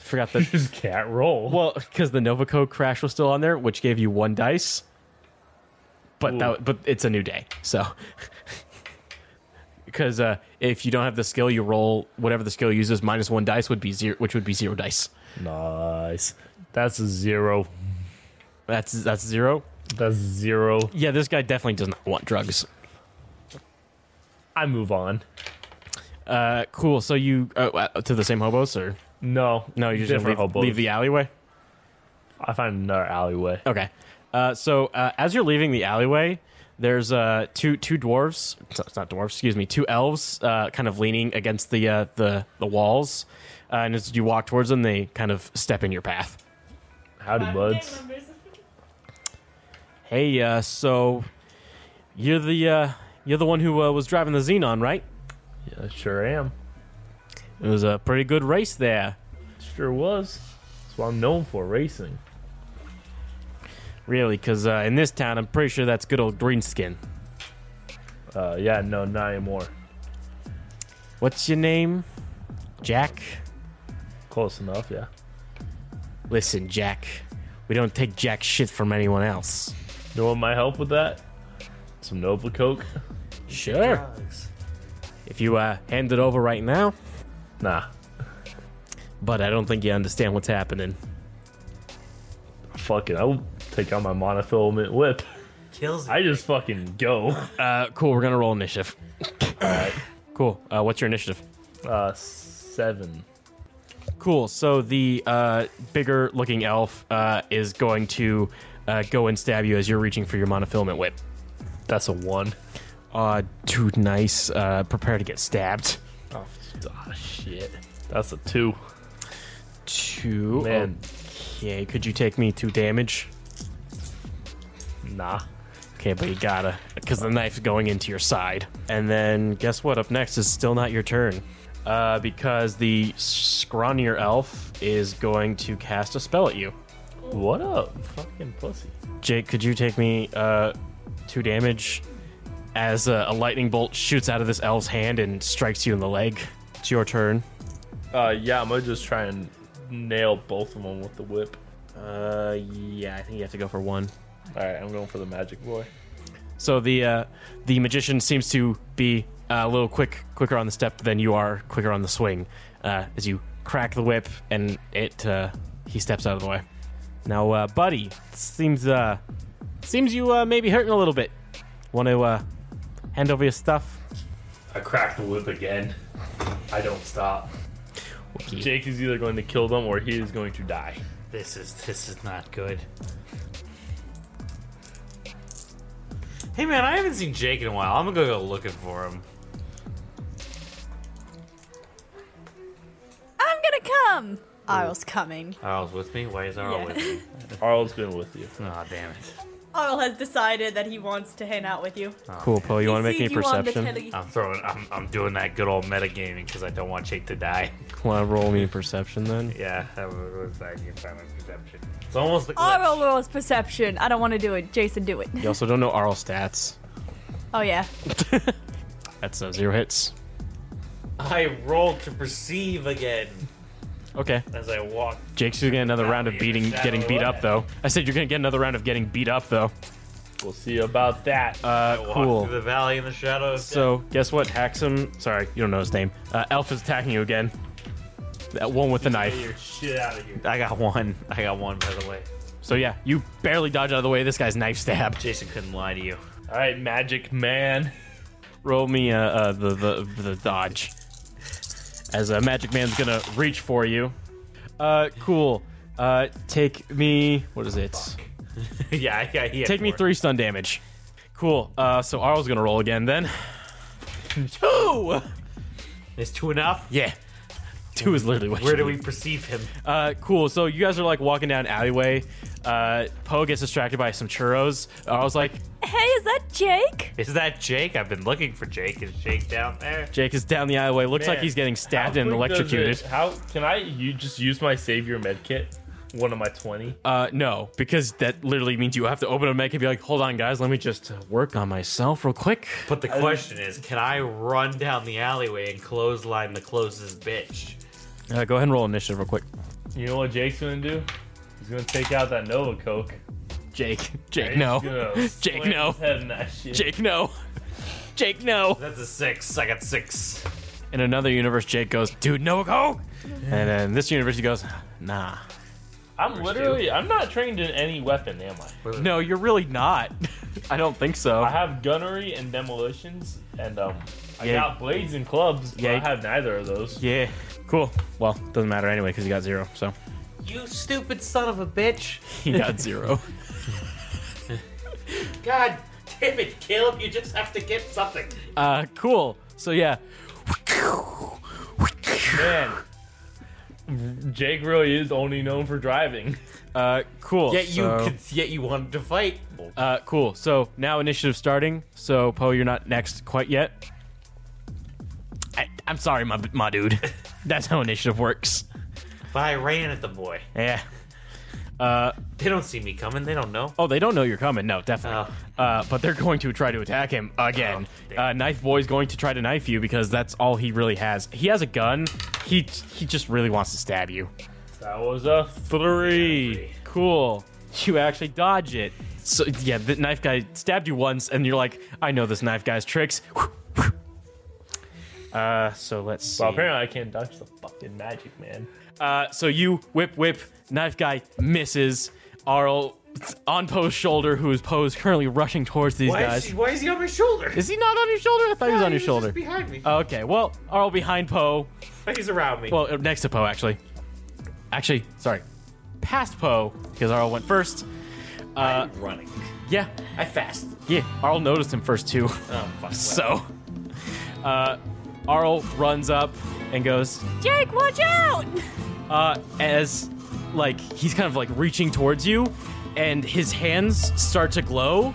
D: Forgot
F: you
D: the.
F: <laughs> just can't roll.
D: well, because the Novaco crash was still on there, which gave you one dice. But
F: Ooh.
D: that, but it's a new day, so. <laughs> Because uh, if you don't have the skill, you roll whatever the skill uses minus one dice would be zero, which would be zero dice.
F: Nice. That's a zero.
D: That's that's zero.
F: That's zero.
D: Yeah, this guy definitely does not want drugs.
F: I move on.
D: Uh, cool. So you uh, uh, to the same hobos or
F: No,
D: No, you just gonna
F: different
D: leave,
F: hobos.
D: leave the alleyway.
F: I find another alleyway.
D: Okay. Uh, so uh, as you're leaving the alleyway, there's uh, two two dwarves. It's not- it's not dwarves. Excuse me. Two elves, uh, kind of leaning against the uh, the the walls, uh, and as you walk towards them, they kind of step in your path.
F: Howdy, buds.
D: Hey, uh, so you're the uh, you're the one who uh, was driving the xenon, right?
F: Yeah, sure am.
D: It was a pretty good race there.
F: Sure was. That's what I'm known for, racing.
D: Really, because uh, in this town, I'm pretty sure that's good old Greenskin.
F: Uh, yeah, no, not anymore.
D: What's your name? Jack?
F: Close enough, yeah.
D: Listen, Jack, we don't take jack shit from anyone else.
F: You want my help with that? Some Nova Coke?
D: Sure. If you uh, hand it over right now,
F: Nah.
D: but I don't think you understand what's happening.
F: Fuck it. I'll take out my monofilament whip.
J: Kills it.
F: I just fucking go.
D: Uh, cool, we're gonna roll initiative. <coughs> Cool. Uh, what's your initiative?
F: Uh, seven.
D: Cool. So the uh, bigger looking elf uh, is going to uh, go and stab you as you're reaching for your monofilament whip.
F: That's a one.
D: Uh, dude, nice. Uh, prepare to get stabbed.
F: Ah, shit. That's a two.
D: Two.
F: Man.
D: Okay, could you take me two damage?
F: Nah.
D: Okay, but you gotta, because the knife's going into your side. And then, guess what? Up next is still not your turn. Uh, because the scrawnier elf is going to cast a spell at you.
F: What up? Fucking pussy.
D: Jake, could you take me uh, two damage as a, a lightning bolt shoots out of this elf's hand and strikes you in the leg? It's your turn.
F: Uh, yeah, I'm gonna just try and nail both of them with the whip.
D: Uh, yeah, I think you have to go for one.
F: Alright, I'm going for the magic boy.
D: So the uh, the magician seems to be uh, a little quick, quicker on the step than you are, quicker on the swing. Uh, as you crack the whip, and it uh, he steps out of the way. Now, uh, buddy, seems uh, seems you uh, may be hurting a little bit. Want to uh, hand over your stuff?
F: I crack the whip again. I don't stop. Jake is either going to kill them or he is going to die.
E: This is this is not good. Hey man, I haven't seen Jake in a while. I'm gonna go looking for him.
B: I'm gonna come. Arl's coming.
E: Arl's with me. Why is Arl
B: Yeah.
E: with
B: <laughs>
E: me?
F: Arl's been with you.
E: Oh damn it!
B: Arl has decided that he wants to hang out with you.
D: Ah, Cool, Poe. You want to make any
B: Sees you on the
D: perception?
B: telly.
E: I'm throwing. I'm, I'm doing that good old metagaming because I don't want Jake to die.
D: Want to roll me a perception then?
E: Yeah, that was- was I can find my perception. It's almost like
B: Arl rolls perception. I don't want to do it. Jason, do it.
D: You also don't know Arl stats.
B: Oh yeah.
D: That's uh, zero hits.
E: I rolled to perceive again
D: Okay.
E: as I walk.
D: Jake's gonna get another round of beating, getting beat up though. I said you're gonna get another round of getting beat up though.
F: We'll see about that.
D: Uh,
E: I walk
D: cool.
E: through the valley in the shadow. Of death.
D: So guess what? Haxum. Sorry, you don't know his name. Uh, Elf is attacking you again. That one with the
E: Get
D: knife.
E: your shit out of here. I got one. I got one. By the way,
D: So yeah, you barely dodge out of the way. of This guy's knife stab.
E: Jason couldn't lie to you.
F: Alright, magic man.
D: Roll me uh, uh, the, the the dodge. As a magic man's gonna reach for you. Uh, cool. Uh, take me. What is it?
E: <laughs> yeah, I- yeah, yeah.
D: Take me three stun damage. Cool. Uh, so Arl's gonna roll again then. Two.
E: Is two enough?
D: Yeah. Two is literally what.
E: Where
D: you
E: do
D: need.
E: we perceive him?
D: Uh, cool. So you guys are like walking down alleyway. Uh, Poe gets distracted by some churros. I was like,
B: Hey, is that Jake?
E: Is that Jake? I've been looking for Jake. Is Jake down there?
D: Jake is down the alleyway. Looks like
F: Man,
D: he's getting stabbed
F: How
D: and
F: quick does
D: electrocuted.
F: it- How can I? You just use my savior medkit, one of my twenty.
D: Uh, no, because that literally means you have to open a mech and be like, hold on, guys, let me just uh, work on myself real quick.
E: But the question is, can I run down the alleyway and clothesline the closest bitch?
D: Uh, go ahead and roll initiative real quick.
F: You know what Jake's gonna do? He's gonna take out that Nova Coke.
D: Jake, <laughs> Jake,
F: He's
D: no.
F: gonna
D: <laughs> Jake,
F: slam
D: no.
F: his head in that shit.
D: Jake, no. <laughs> Jake, no.
E: That's a six. I got six.
D: In another universe, Jake goes, dude, no go. And then this universe, he goes, nah.
F: I'm literally. I'm not trained in any weapon, am I?
D: No, you're really not. <laughs> I don't think so.
F: I have gunnery and demolitions, and um, I
D: Yeah.
F: got blades and clubs. But I
D: Yeah.
F: have neither of those.
D: Yeah. Cool. Well, doesn't matter anyway because he got zero. So
E: You stupid son of a bitch!
D: <laughs> he got zero.
E: God damn it, Caleb! You just have to get something.
D: <laughs> Uh, cool. So yeah.
F: Man, Jake really is only known for driving. <laughs>
D: Uh, cool.
E: Yet you,
D: So,
E: could, yet you wanted to fight.
D: uh, cool. So now initiative starting. So Poe, you're not next quite yet. I, I'm sorry, my <laughs>
E: Uh,
D: my dude. That's how initiative works.
E: But I ran at the boy.
D: Yeah. Uh,
E: They don't see me coming. They don't know.
D: oh, they don't know you're coming. No, definitely.
E: Oh.
D: Uh, but they're going to try to attack him again. uh, knife Boy's going to try to knife you because that's all he really has. He has a gun. He he just really wants to stab you.
F: That was a
D: Three. Cool. You actually dodge it. So yeah, the knife guy stabbed you once, and you're like, I know this knife guy's tricks. <laughs> Uh, so let's see.
F: Well, apparently I can't dodge the fucking magic, man.
D: Uh, so you whip, whip, knife guy misses. Arl on Poe's shoulder, who is Poe's currently rushing towards these
E: Why
D: guys.
E: is, he, why is he on my shoulder?
D: Is he not on your shoulder? I thought he was on your shoulder. Uh,
E: Just behind me.
D: okay, well, Arl behind Poe.
E: But he's around me.
D: Well, uh, next to Poe, actually. Actually, sorry. Past Poe, because Arl went first.
E: I'm running.
D: Yeah,
E: I fast.
D: yeah. Arl noticed him first, too. <laughs>
E: Oh fuck.
D: So, uh, Arl runs up and goes,
K: Jake, watch out!
D: uh, as like he's kind of like reaching towards you, and his hands start to glow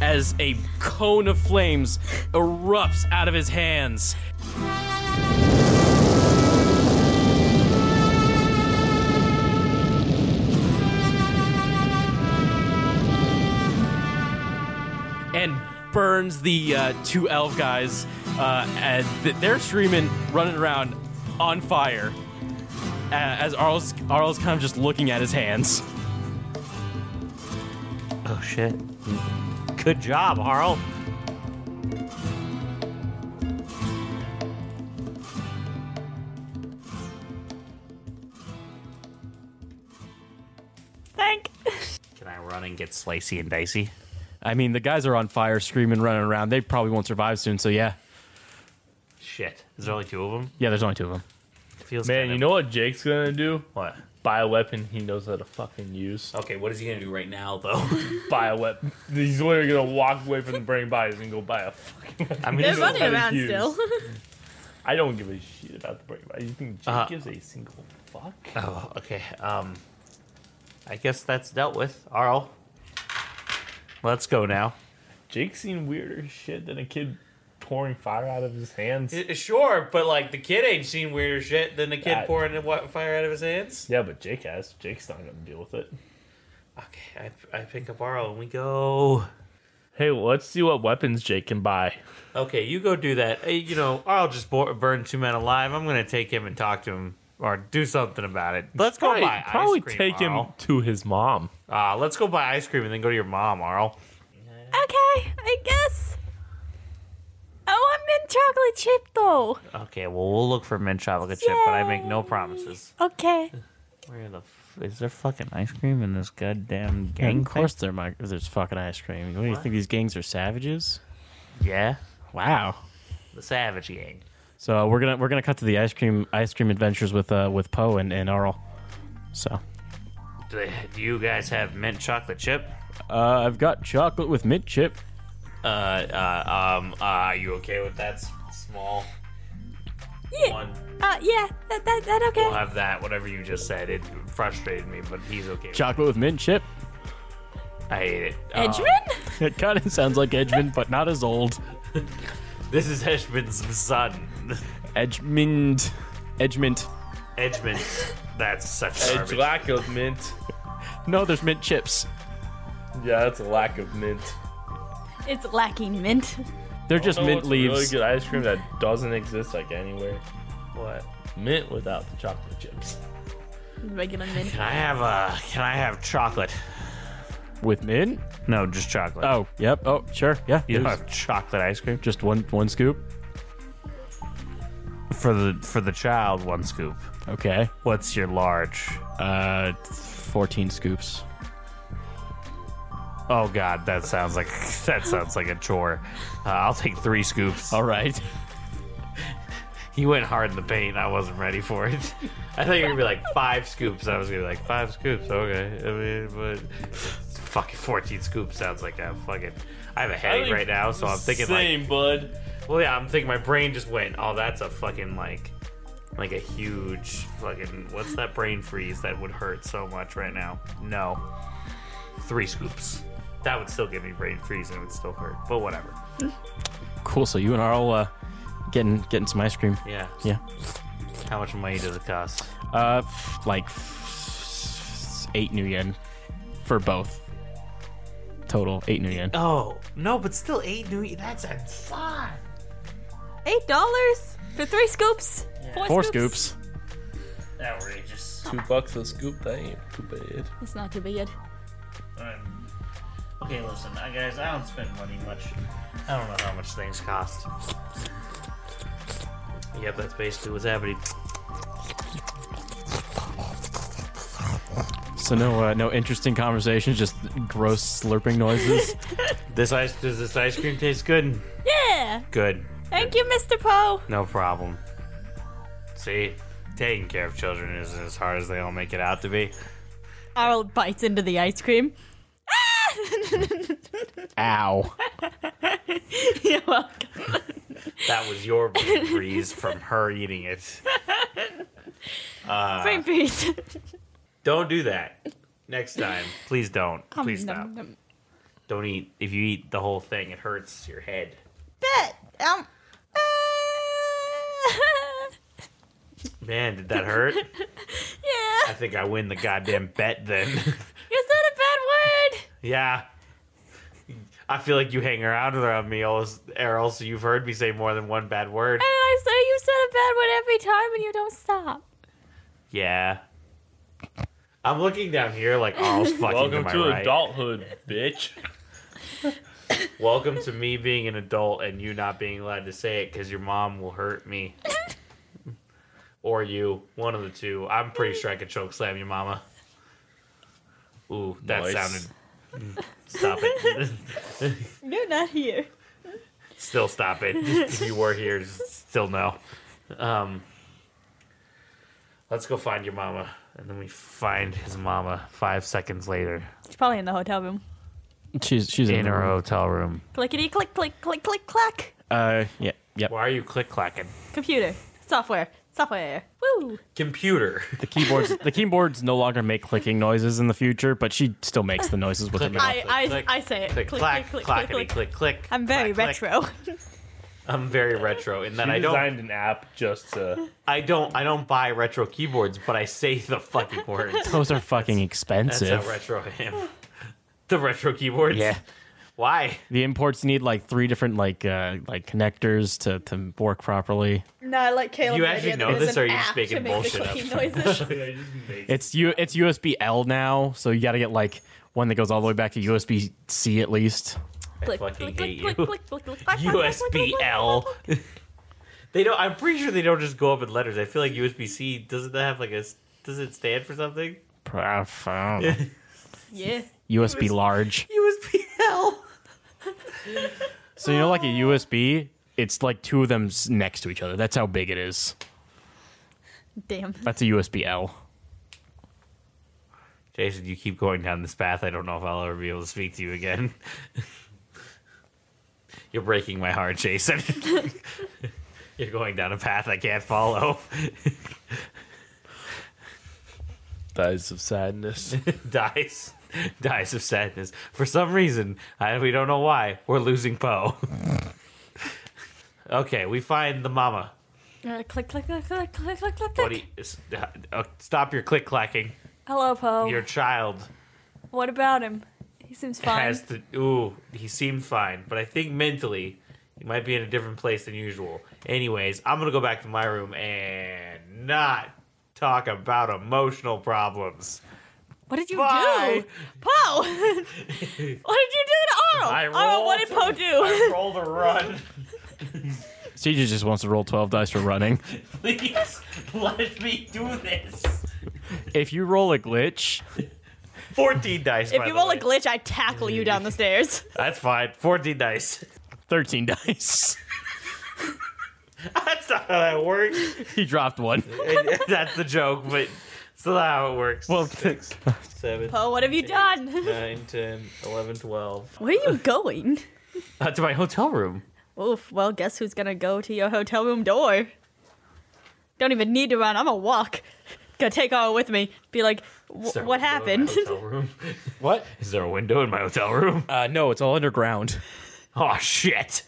D: as a cone of flames erupts out of his hands. And burns the uh, two elf guys, uh, and th- they're screaming, running around on fire uh, as Arl's Arl's kind of just looking at his hands.
C: Oh shit.
E: Good job, Arl.
B: Thank.
E: Can I run and get slicey and dicey?
D: I mean, the guys are on fire, screaming, running around. They probably won't survive soon. So yeah,
E: Shit. Is there only two of them?
D: yeah. There's only two of them.
E: Feels
F: Man,
E: kinda-
F: you know what Jake's gonna do?
E: what?
F: Buy a weapon he knows how to fucking use.
E: Okay, what is he gonna do right now though? <laughs>
F: Buy a weapon. He's literally gonna walk away from the burning bodies and go buy a fucking weapon.
E: I mean,
B: They're
E: he's-
B: running
F: kinda
B: around
F: used.
B: still. <laughs>
F: I don't give a shit about the burning bodies. You think Jake
E: Uh,
F: gives a single fuck?
E: Oh, okay. Um, I guess that's dealt with. Arl, let's go now.
F: Jake's seen weirder shit than a kid pouring fire out of his hands.
E: Sure, but like the kid ain't seen weirder shit than the kid
F: That-
E: pouring the wa- fire out of his hands.
F: yeah, but Jake has. Jake's not gonna deal with it.
E: Okay, I, I pick up Arl and we go.
F: Hey, let's see what weapons Jake can buy.
E: Okay, you go do that. Hey, you know, Arl just bo- burn two men alive. I'm gonna take him and talk to him or do something about it. Let's go
F: probably,
E: buy ice
F: probably
E: cream,
F: take him
E: Arl.
F: to his mom.
E: Ah, let's go buy ice cream and then go to your mom, Arl.
B: Okay, I guess. Oh, I'm in chocolate chip though.
E: Okay, well we'll look for mint chocolate chip, but I make no promises.
B: Okay.
E: Where the f- is there fucking ice cream in this goddamn
H: And
E: gang?
H: of course, they're my, there's fucking ice cream. What, do you think? These gangs are savages?
E: Yeah,
H: Wow.
E: the Savage Gang.
H: So uh, we're gonna we're gonna cut to the ice cream ice cream adventures with uh with Poe and, and Arl. So
E: Do, they, do you guys have mint chocolate chip?
H: uh, I've got chocolate with mint chip.
E: Uh, uh, um, uh, are you okay with that s- small
B: Yeah.
E: one?
B: Uh, yeah. That that, that okay.
E: We'll have that. Whatever you just said, it frustrated me, but he's okay. with it.
H: Chocolate with mint chip. <laughs>
E: I hate it. Uh,
B: Edgeman.
H: It kind of sounds like Edgman, but not as old.
E: this is Edgman's son. <laughs>
H: Edgmund. Edgmint.
E: Edgman. That's such
F: Hey,
E: garbage.
F: lack of mint.
H: No, there's mint chips.
F: Yeah, that's a lack of mint.
B: It's lacking mint.
D: Oh,
H: They're just
F: know
H: mint
F: what's a
H: leaves.
F: Really good ice cream that doesn't exist like anywhere.
E: What?
F: Mint without the chocolate chips.
B: Regular mint.
E: Can I have uh Can I have chocolate?
H: With mint?
E: No, just chocolate.
H: Oh, yep. Oh, sure. Yeah.
E: you don't
H: there's
E: have chocolate ice cream
H: Just one one scoop.
E: for the for the child. One scoop.
H: Okay.
E: What's your large?
H: Uh, fourteen scoops.
E: Oh God, that sounds like <laughs> that sounds like a chore. Uh, I'll take three scoops.
H: All
D: <laughs>
H: right.
E: He went hard in the paint. I wasn't ready for it. <laughs> I thought you were gonna be like five scoops. I was gonna be like five scoops. Okay, I mean, but fucking fourteen scoops sounds like a fucking. I have a headache right now, so I'm thinking
F: Same, bud.
E: like, well, yeah, I'm thinking my brain just went. Oh, that's a fucking like, like a huge fucking. What's that brain freeze that would hurt so much right now? No, three scoops. That would still give me brain freeze and it would still hurt. But whatever.
H: Cool. So you and Arl uh, getting getting some ice cream.
E: Yeah.
H: Yeah.
E: How much money does it cost?
H: Uh, f- like f-
D: eight new yen for both. Total eight new yen.
E: Oh no, but still eight new. That's a lot.
B: Eight dollars for three scoops.
D: Four scoops.
E: Outrageous.
F: Two bucks a scoop, that ain't too bad.
L: It's not too bad.
E: Um, okay, listen, I- guys. I don't spend money much. I don't know how much things cost. Yep, that's basically what's happening.
D: So no, uh, no interesting conversations, just gross slurping noises.
E: This ice does this ice cream taste good?
L: Yeah.
E: Good.
B: Thank you, Mr. Poe.
E: No problem. See, taking care of children isn't as hard as they all make it out to be.
L: Arl bites into the ice
E: <laughs>
L: cream.
D: Ow.
L: <laughs> You're welcome.
E: That was your breeze from her eating it.
L: Brain freeze.
E: Don't do that. Next time, please don't.
B: Oh,
E: Please stop. Don't eat. If you eat the whole thing, it hurts your head.
B: Bet. Um.
L: uh, <laughs>
E: Man, did that hurt?
B: Yeah.
E: I think I win the goddamn bet then. <laughs>
B: Is that a bad word?
E: yeah. I feel like you hang around around me all this, or else you've heard me say more than one bad word.
B: And I say you said a bad word every time, and you don't stop.
E: Yeah. I'm looking down here like Arl's fucking
F: Welcome
E: to my
F: to
E: right.
F: adulthood, bitch.
E: Welcome to me being an adult and you not being allowed to say it because your mom will hurt me. or you, one of the two. I'm pretty sure I could choke slam your mama. Ooh, that
F: Nice.
E: sounded. Stop it. <laughs>
L: You're not here.
E: still stop it. if you were here, still no. Um, let's go find your mama. And then we find his mama five seconds later
L: She's probably in the hotel room.
D: <laughs> She's she's
E: in
D: the
E: her
D: room.
E: hotel room.
L: Clickety click click click click clack.
D: Uh, yeah, yep.
E: Why are you click clacking?
L: Computer. Software.
B: Software.
L: Woo.
E: <laughs> Computer.
D: The keyboards the keyboards no longer make clicking noises in the future, but she still makes the noises with her mouth.
L: I I,
E: click,
L: I say it.
E: Click, clack, click, clackety, click, click,
L: I'm very
E: clack, click.
L: retro.
E: I'm very retro, and then
F: <laughs> I
E: I don't,
F: designed an app just to.
E: I don't, I don't buy retro keyboards, but I say the <laughs> fucking words.
D: Those are fucking
E: That's
D: expensive.
E: how retro I am. <laughs> The retro keyboards.
D: Yeah.
E: Why?
D: The imports need like three different like uh like connectors to to work properly.
B: No, I like Caleb.
E: You actually know this, or are you just making bullshit up? <laughs>
D: It's U it's USB L now, so you got to get like one that goes all the way back to USB C at least.
E: I fucking hate you. USB L. <laughs> They don't. I'm pretty sure they don't just go up in letters. I feel like USB C doesn't that have like a. s- Does it stand for something?
D: Pr- I don't know.
L: yeah.
D: USB large.
E: USB L.
D: So you know, like a USB, it's like two of them s- next to each other. That's how big it is.
L: Damn.
D: That's a USB L.
E: Jason, you keep going down this path. I don't know if I'll ever be able to speak to you again. <laughs> You're breaking my heart, Jason. <laughs> You're going down a path I can't follow. <laughs>
F: Dies of sadness.
E: Dies. Dies of sadness. For some reason, I, we don't know why, we're losing Poe. <laughs> okay, we find the mama.
L: Uh, click click click click click click click.
E: What do you, s- uh, uh, stop your click clacking.
L: Hello,
B: Oh.
L: Poe.
E: Your child
L: What about him? He seems fine.
E: has to. Ooh, he seemed fine, but I think mentally he might be in a different place than usual. Anyways, I'm gonna go back to my room and not talk about emotional problems.
L: What did you
E: Bye.
L: <laughs> do? Poe! what did you do to Arl?
E: I
L: Arl, what did Poe do?
E: Roll the run, <laughs>
D: CJ just wants to roll twelve dice for running. <laughs>
E: please. Let me do this.
D: if you roll a glitch,
E: Fourteen dice.
L: If you roll a glitch, I tackle you down the stairs.
E: that's fine. Fourteen dice. <laughs>
D: thirteen <laughs> dice.
E: That's not how that works.
D: he dropped one.
E: <laughs> that's the joke, but it's not how it works.
D: Well,
E: six, seven,
L: Poe, what have you done?
E: nine, ten, eleven, twelve.
L: Where are you going?
E: Uh, to my hotel room.
L: Oof, well, guess who's gonna go to your hotel room door? Don't even need to run, I'm gonna walk. Gonna take Arl with me. Be like,
E: Is there
L: "Wh-
E: a
L: what
E: window
L: happened?
E: in my hotel <laughs> room?
D: What?
E: Is there a window in my hotel room?
D: Uh, no, it's all underground.
E: Oh shit!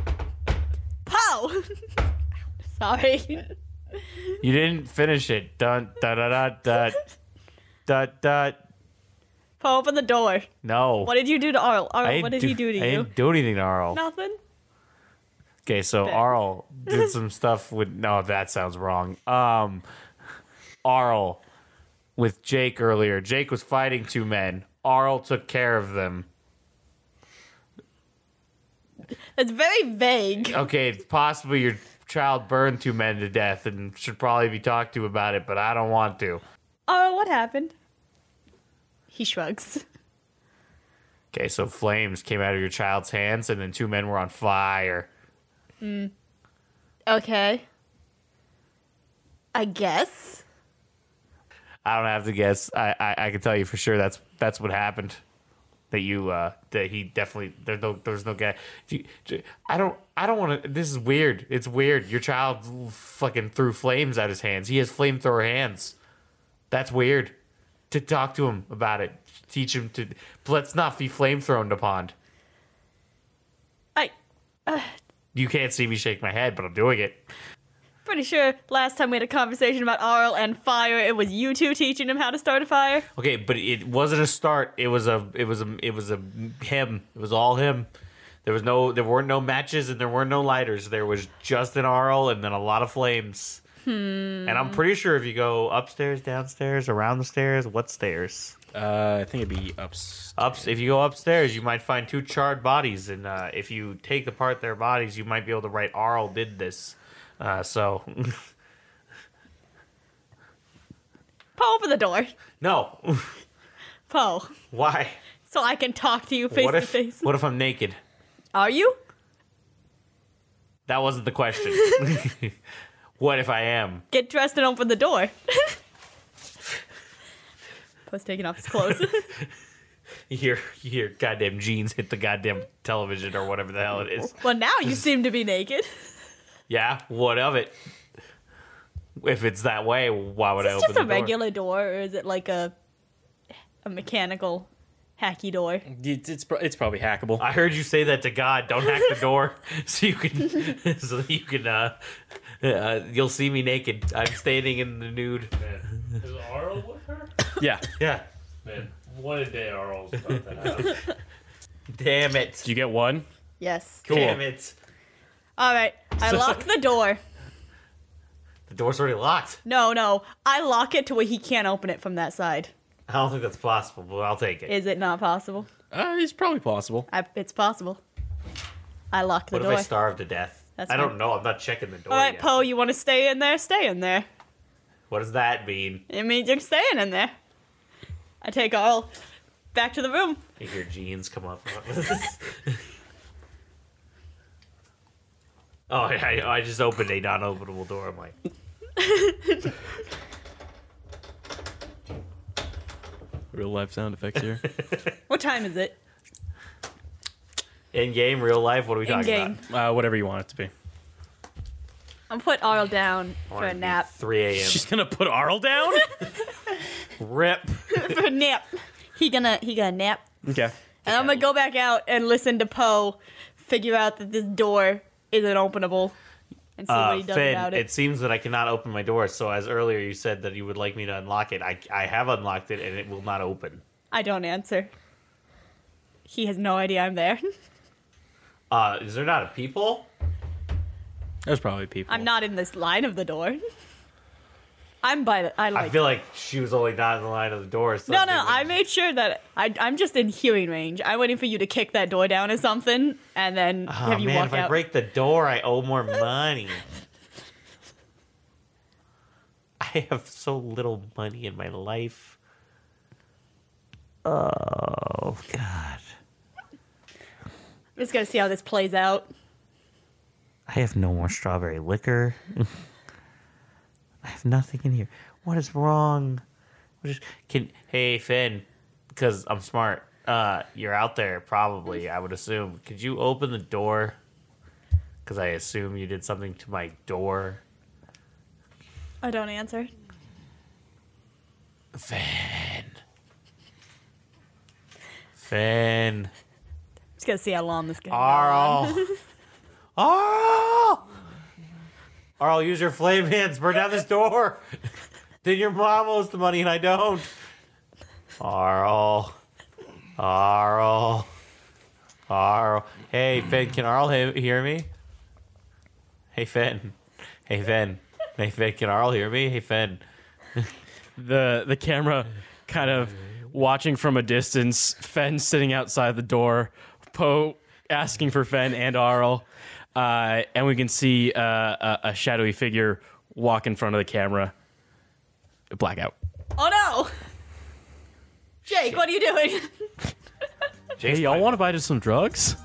B: <laughs>
L: Poe! Sorry.
B: <laughs>
E: You didn't finish it. Dun da da da da. dot dot.
B: Paul, open the door.
E: No.
B: What did you do to Arl? Arl,
E: I
B: what did
E: didn't
B: he do to
E: I
B: you?
E: didn't do anything to Arl.
B: Nothing.
E: Okay, so
B: <laughs>
E: Arl did some stuff with. No, that sounds wrong. Um, Arl with Jake earlier. Jake was fighting two men. Arl took care of them.
B: It's very vague.
E: Okay, it's possible your child burned two men to death and should probably be talked to about it, but I don't want to.
B: Arl, what happened? He shrugs.
E: Okay, so flames came out of your child's hands, and then two men were on fire.
B: Okay. I guess.
E: I don't have to guess. I, I, I can tell you for sure that's that's what happened. That you uh that he definitely there no there's no guy. Do you- do- I don't I don't want to. This is weird. It's weird. Your child fucking threw flames out his hands. He has flamethrower hands. That's weird. To talk to him about it, teach him to. Let's not be flamethrown upon.
B: I
E: You can't see me shake my head, but I'm doing it.
B: pretty sure last time we had a conversation about Arl and fire, it was you two teaching him how to start a fire.
E: Okay, but it wasn't a start. It was a. It was a. It was a him. It was all him. There was no. There weren't no matches, and there were no lighters. There was just an Arl, and then a lot of flames. Hmm. And I'm pretty sure if you go upstairs, downstairs, around the stairs, what stairs?
D: Uh, I think it'd be ups.
E: Ups. If you go upstairs, you might find two charred bodies, and uh, if you take apart their bodies, you might be able to write Arl did this. Uh, so <laughs>
B: Paul, open the door.
E: no. <laughs>
B: Paul,
E: Why?
B: so I can talk to you face
E: what
B: to
E: if?
B: face.
E: What if I'm naked?
B: Are you?
E: That wasn't the
B: <laughs>
E: question. what if I am?
B: Get dressed and open the door.
E: <laughs>
B: Paul's taking off his clothes. <laughs>
E: You hear, you hear goddamn jeans hit the goddamn television or whatever the hell it is.
B: well, now you seem to be naked.
E: Yeah, what of it? If it's that way, why would I
B: Is
E: open
B: this just
E: the
B: a
E: door?
B: regular door, or is it like a a mechanical hacky door?
D: It's it's, pro- it's probably hackable.
E: I heard you say that to God. Don't hack the door, <laughs> so you can, <laughs> so that you can. Uh, uh, you'll see me naked. I'm standing in the nude.
F: Is Arl with her?
D: yeah.
E: Yeah.
F: Man, what a day Arl's about to have.
E: Damn it.
D: Do you get one?
B: Yes.
E: Damn it.
B: All right. I lock the door.
E: The door's already locked.
B: No, no. I lock it to where he can't open it from that side.
E: I don't think that's possible, but I'll take it.
B: Is it not possible?
D: <laughs> Uh, it's probably possible.
B: I, it's possible. I lock the
E: what if
B: door.
E: I starve to death?
B: That's
E: I don't
B: fine.
E: know. I'm not checking the door
B: All right,
E: yet.
B: Poe, you want to stay in there? Stay in there.
E: what does that mean?
B: It means you're staying in there. I take Arl back to the room.
E: You hear jeans come up. <laughs> oh, I, I- I just opened a non-openable door. I'm like,
D: Real life sound effects here.
B: What time is it?
E: in game, real life. What are we
B: In
E: talking
B: game.
E: about?
D: <laughs> uh, whatever you want it to be.
B: I'm put Arl down
E: I
B: for
E: wanna
B: a
E: be
B: nap.
E: 3 a.m.
D: <laughs> She's gonna put Arl <laughs> down.
E: Rip.
B: <laughs> for a nap. He gonna he gonna nap.
D: okay.
B: And I'm gonna go back out and listen to Poe figure out that this door isn't openable and see what
E: Uh,
B: he does
E: Finn,
B: about
E: it.
B: it.
E: seems that I cannot open my door. So as earlier you said that you would like me to unlock it, I, I have unlocked it and it will not open.
B: I don't answer. He has no idea I'm there. <laughs>
E: Uh, is there not a people?
D: There's probably people.
B: I'm not in this line of the door. <laughs> I'm by the I
E: I
B: like
E: feel like she was only not in the line of the door. So
B: No, no, I made sure that I, I'm just in hearing range. I'm waiting for you to kick that door down or something, and then
E: Oh,
B: have you
E: man,
B: walk
E: if I
B: out.
E: break the door, I owe more money. <laughs> I have so little money in my life. Oh God,
B: just gonna see how this plays out.
E: I have no more strawberry liquor. <laughs> I have nothing in here. What is wrong? What is, can hey Finn, because I'm smart. Uh, you're out there probably. I would assume. Could you open the door? Because I assume you did something to my door.
B: I don't answer.
E: Finn. Finn.
B: Just gonna see how long this goes.
E: Ah. Arl. Arl! Arl, use your flame hands. Burn down this door. then your mom owes the money and I don't. Arl. Arl. Arl. Hey, Finn, can Arl he- hear me? Hey, Finn. Hey, Finn. Hey, Finn, can Arl hear me? Hey, Finn.
D: the the camera kind of watching from a distance Fen sitting outside the door Poe asking for Fen and Arl uh, and we can see uh, a, a shadowy figure walk in front of the camera blackout
L: Oh no! Jake, what are you doing?
D: hey y'all want to buy just some drugs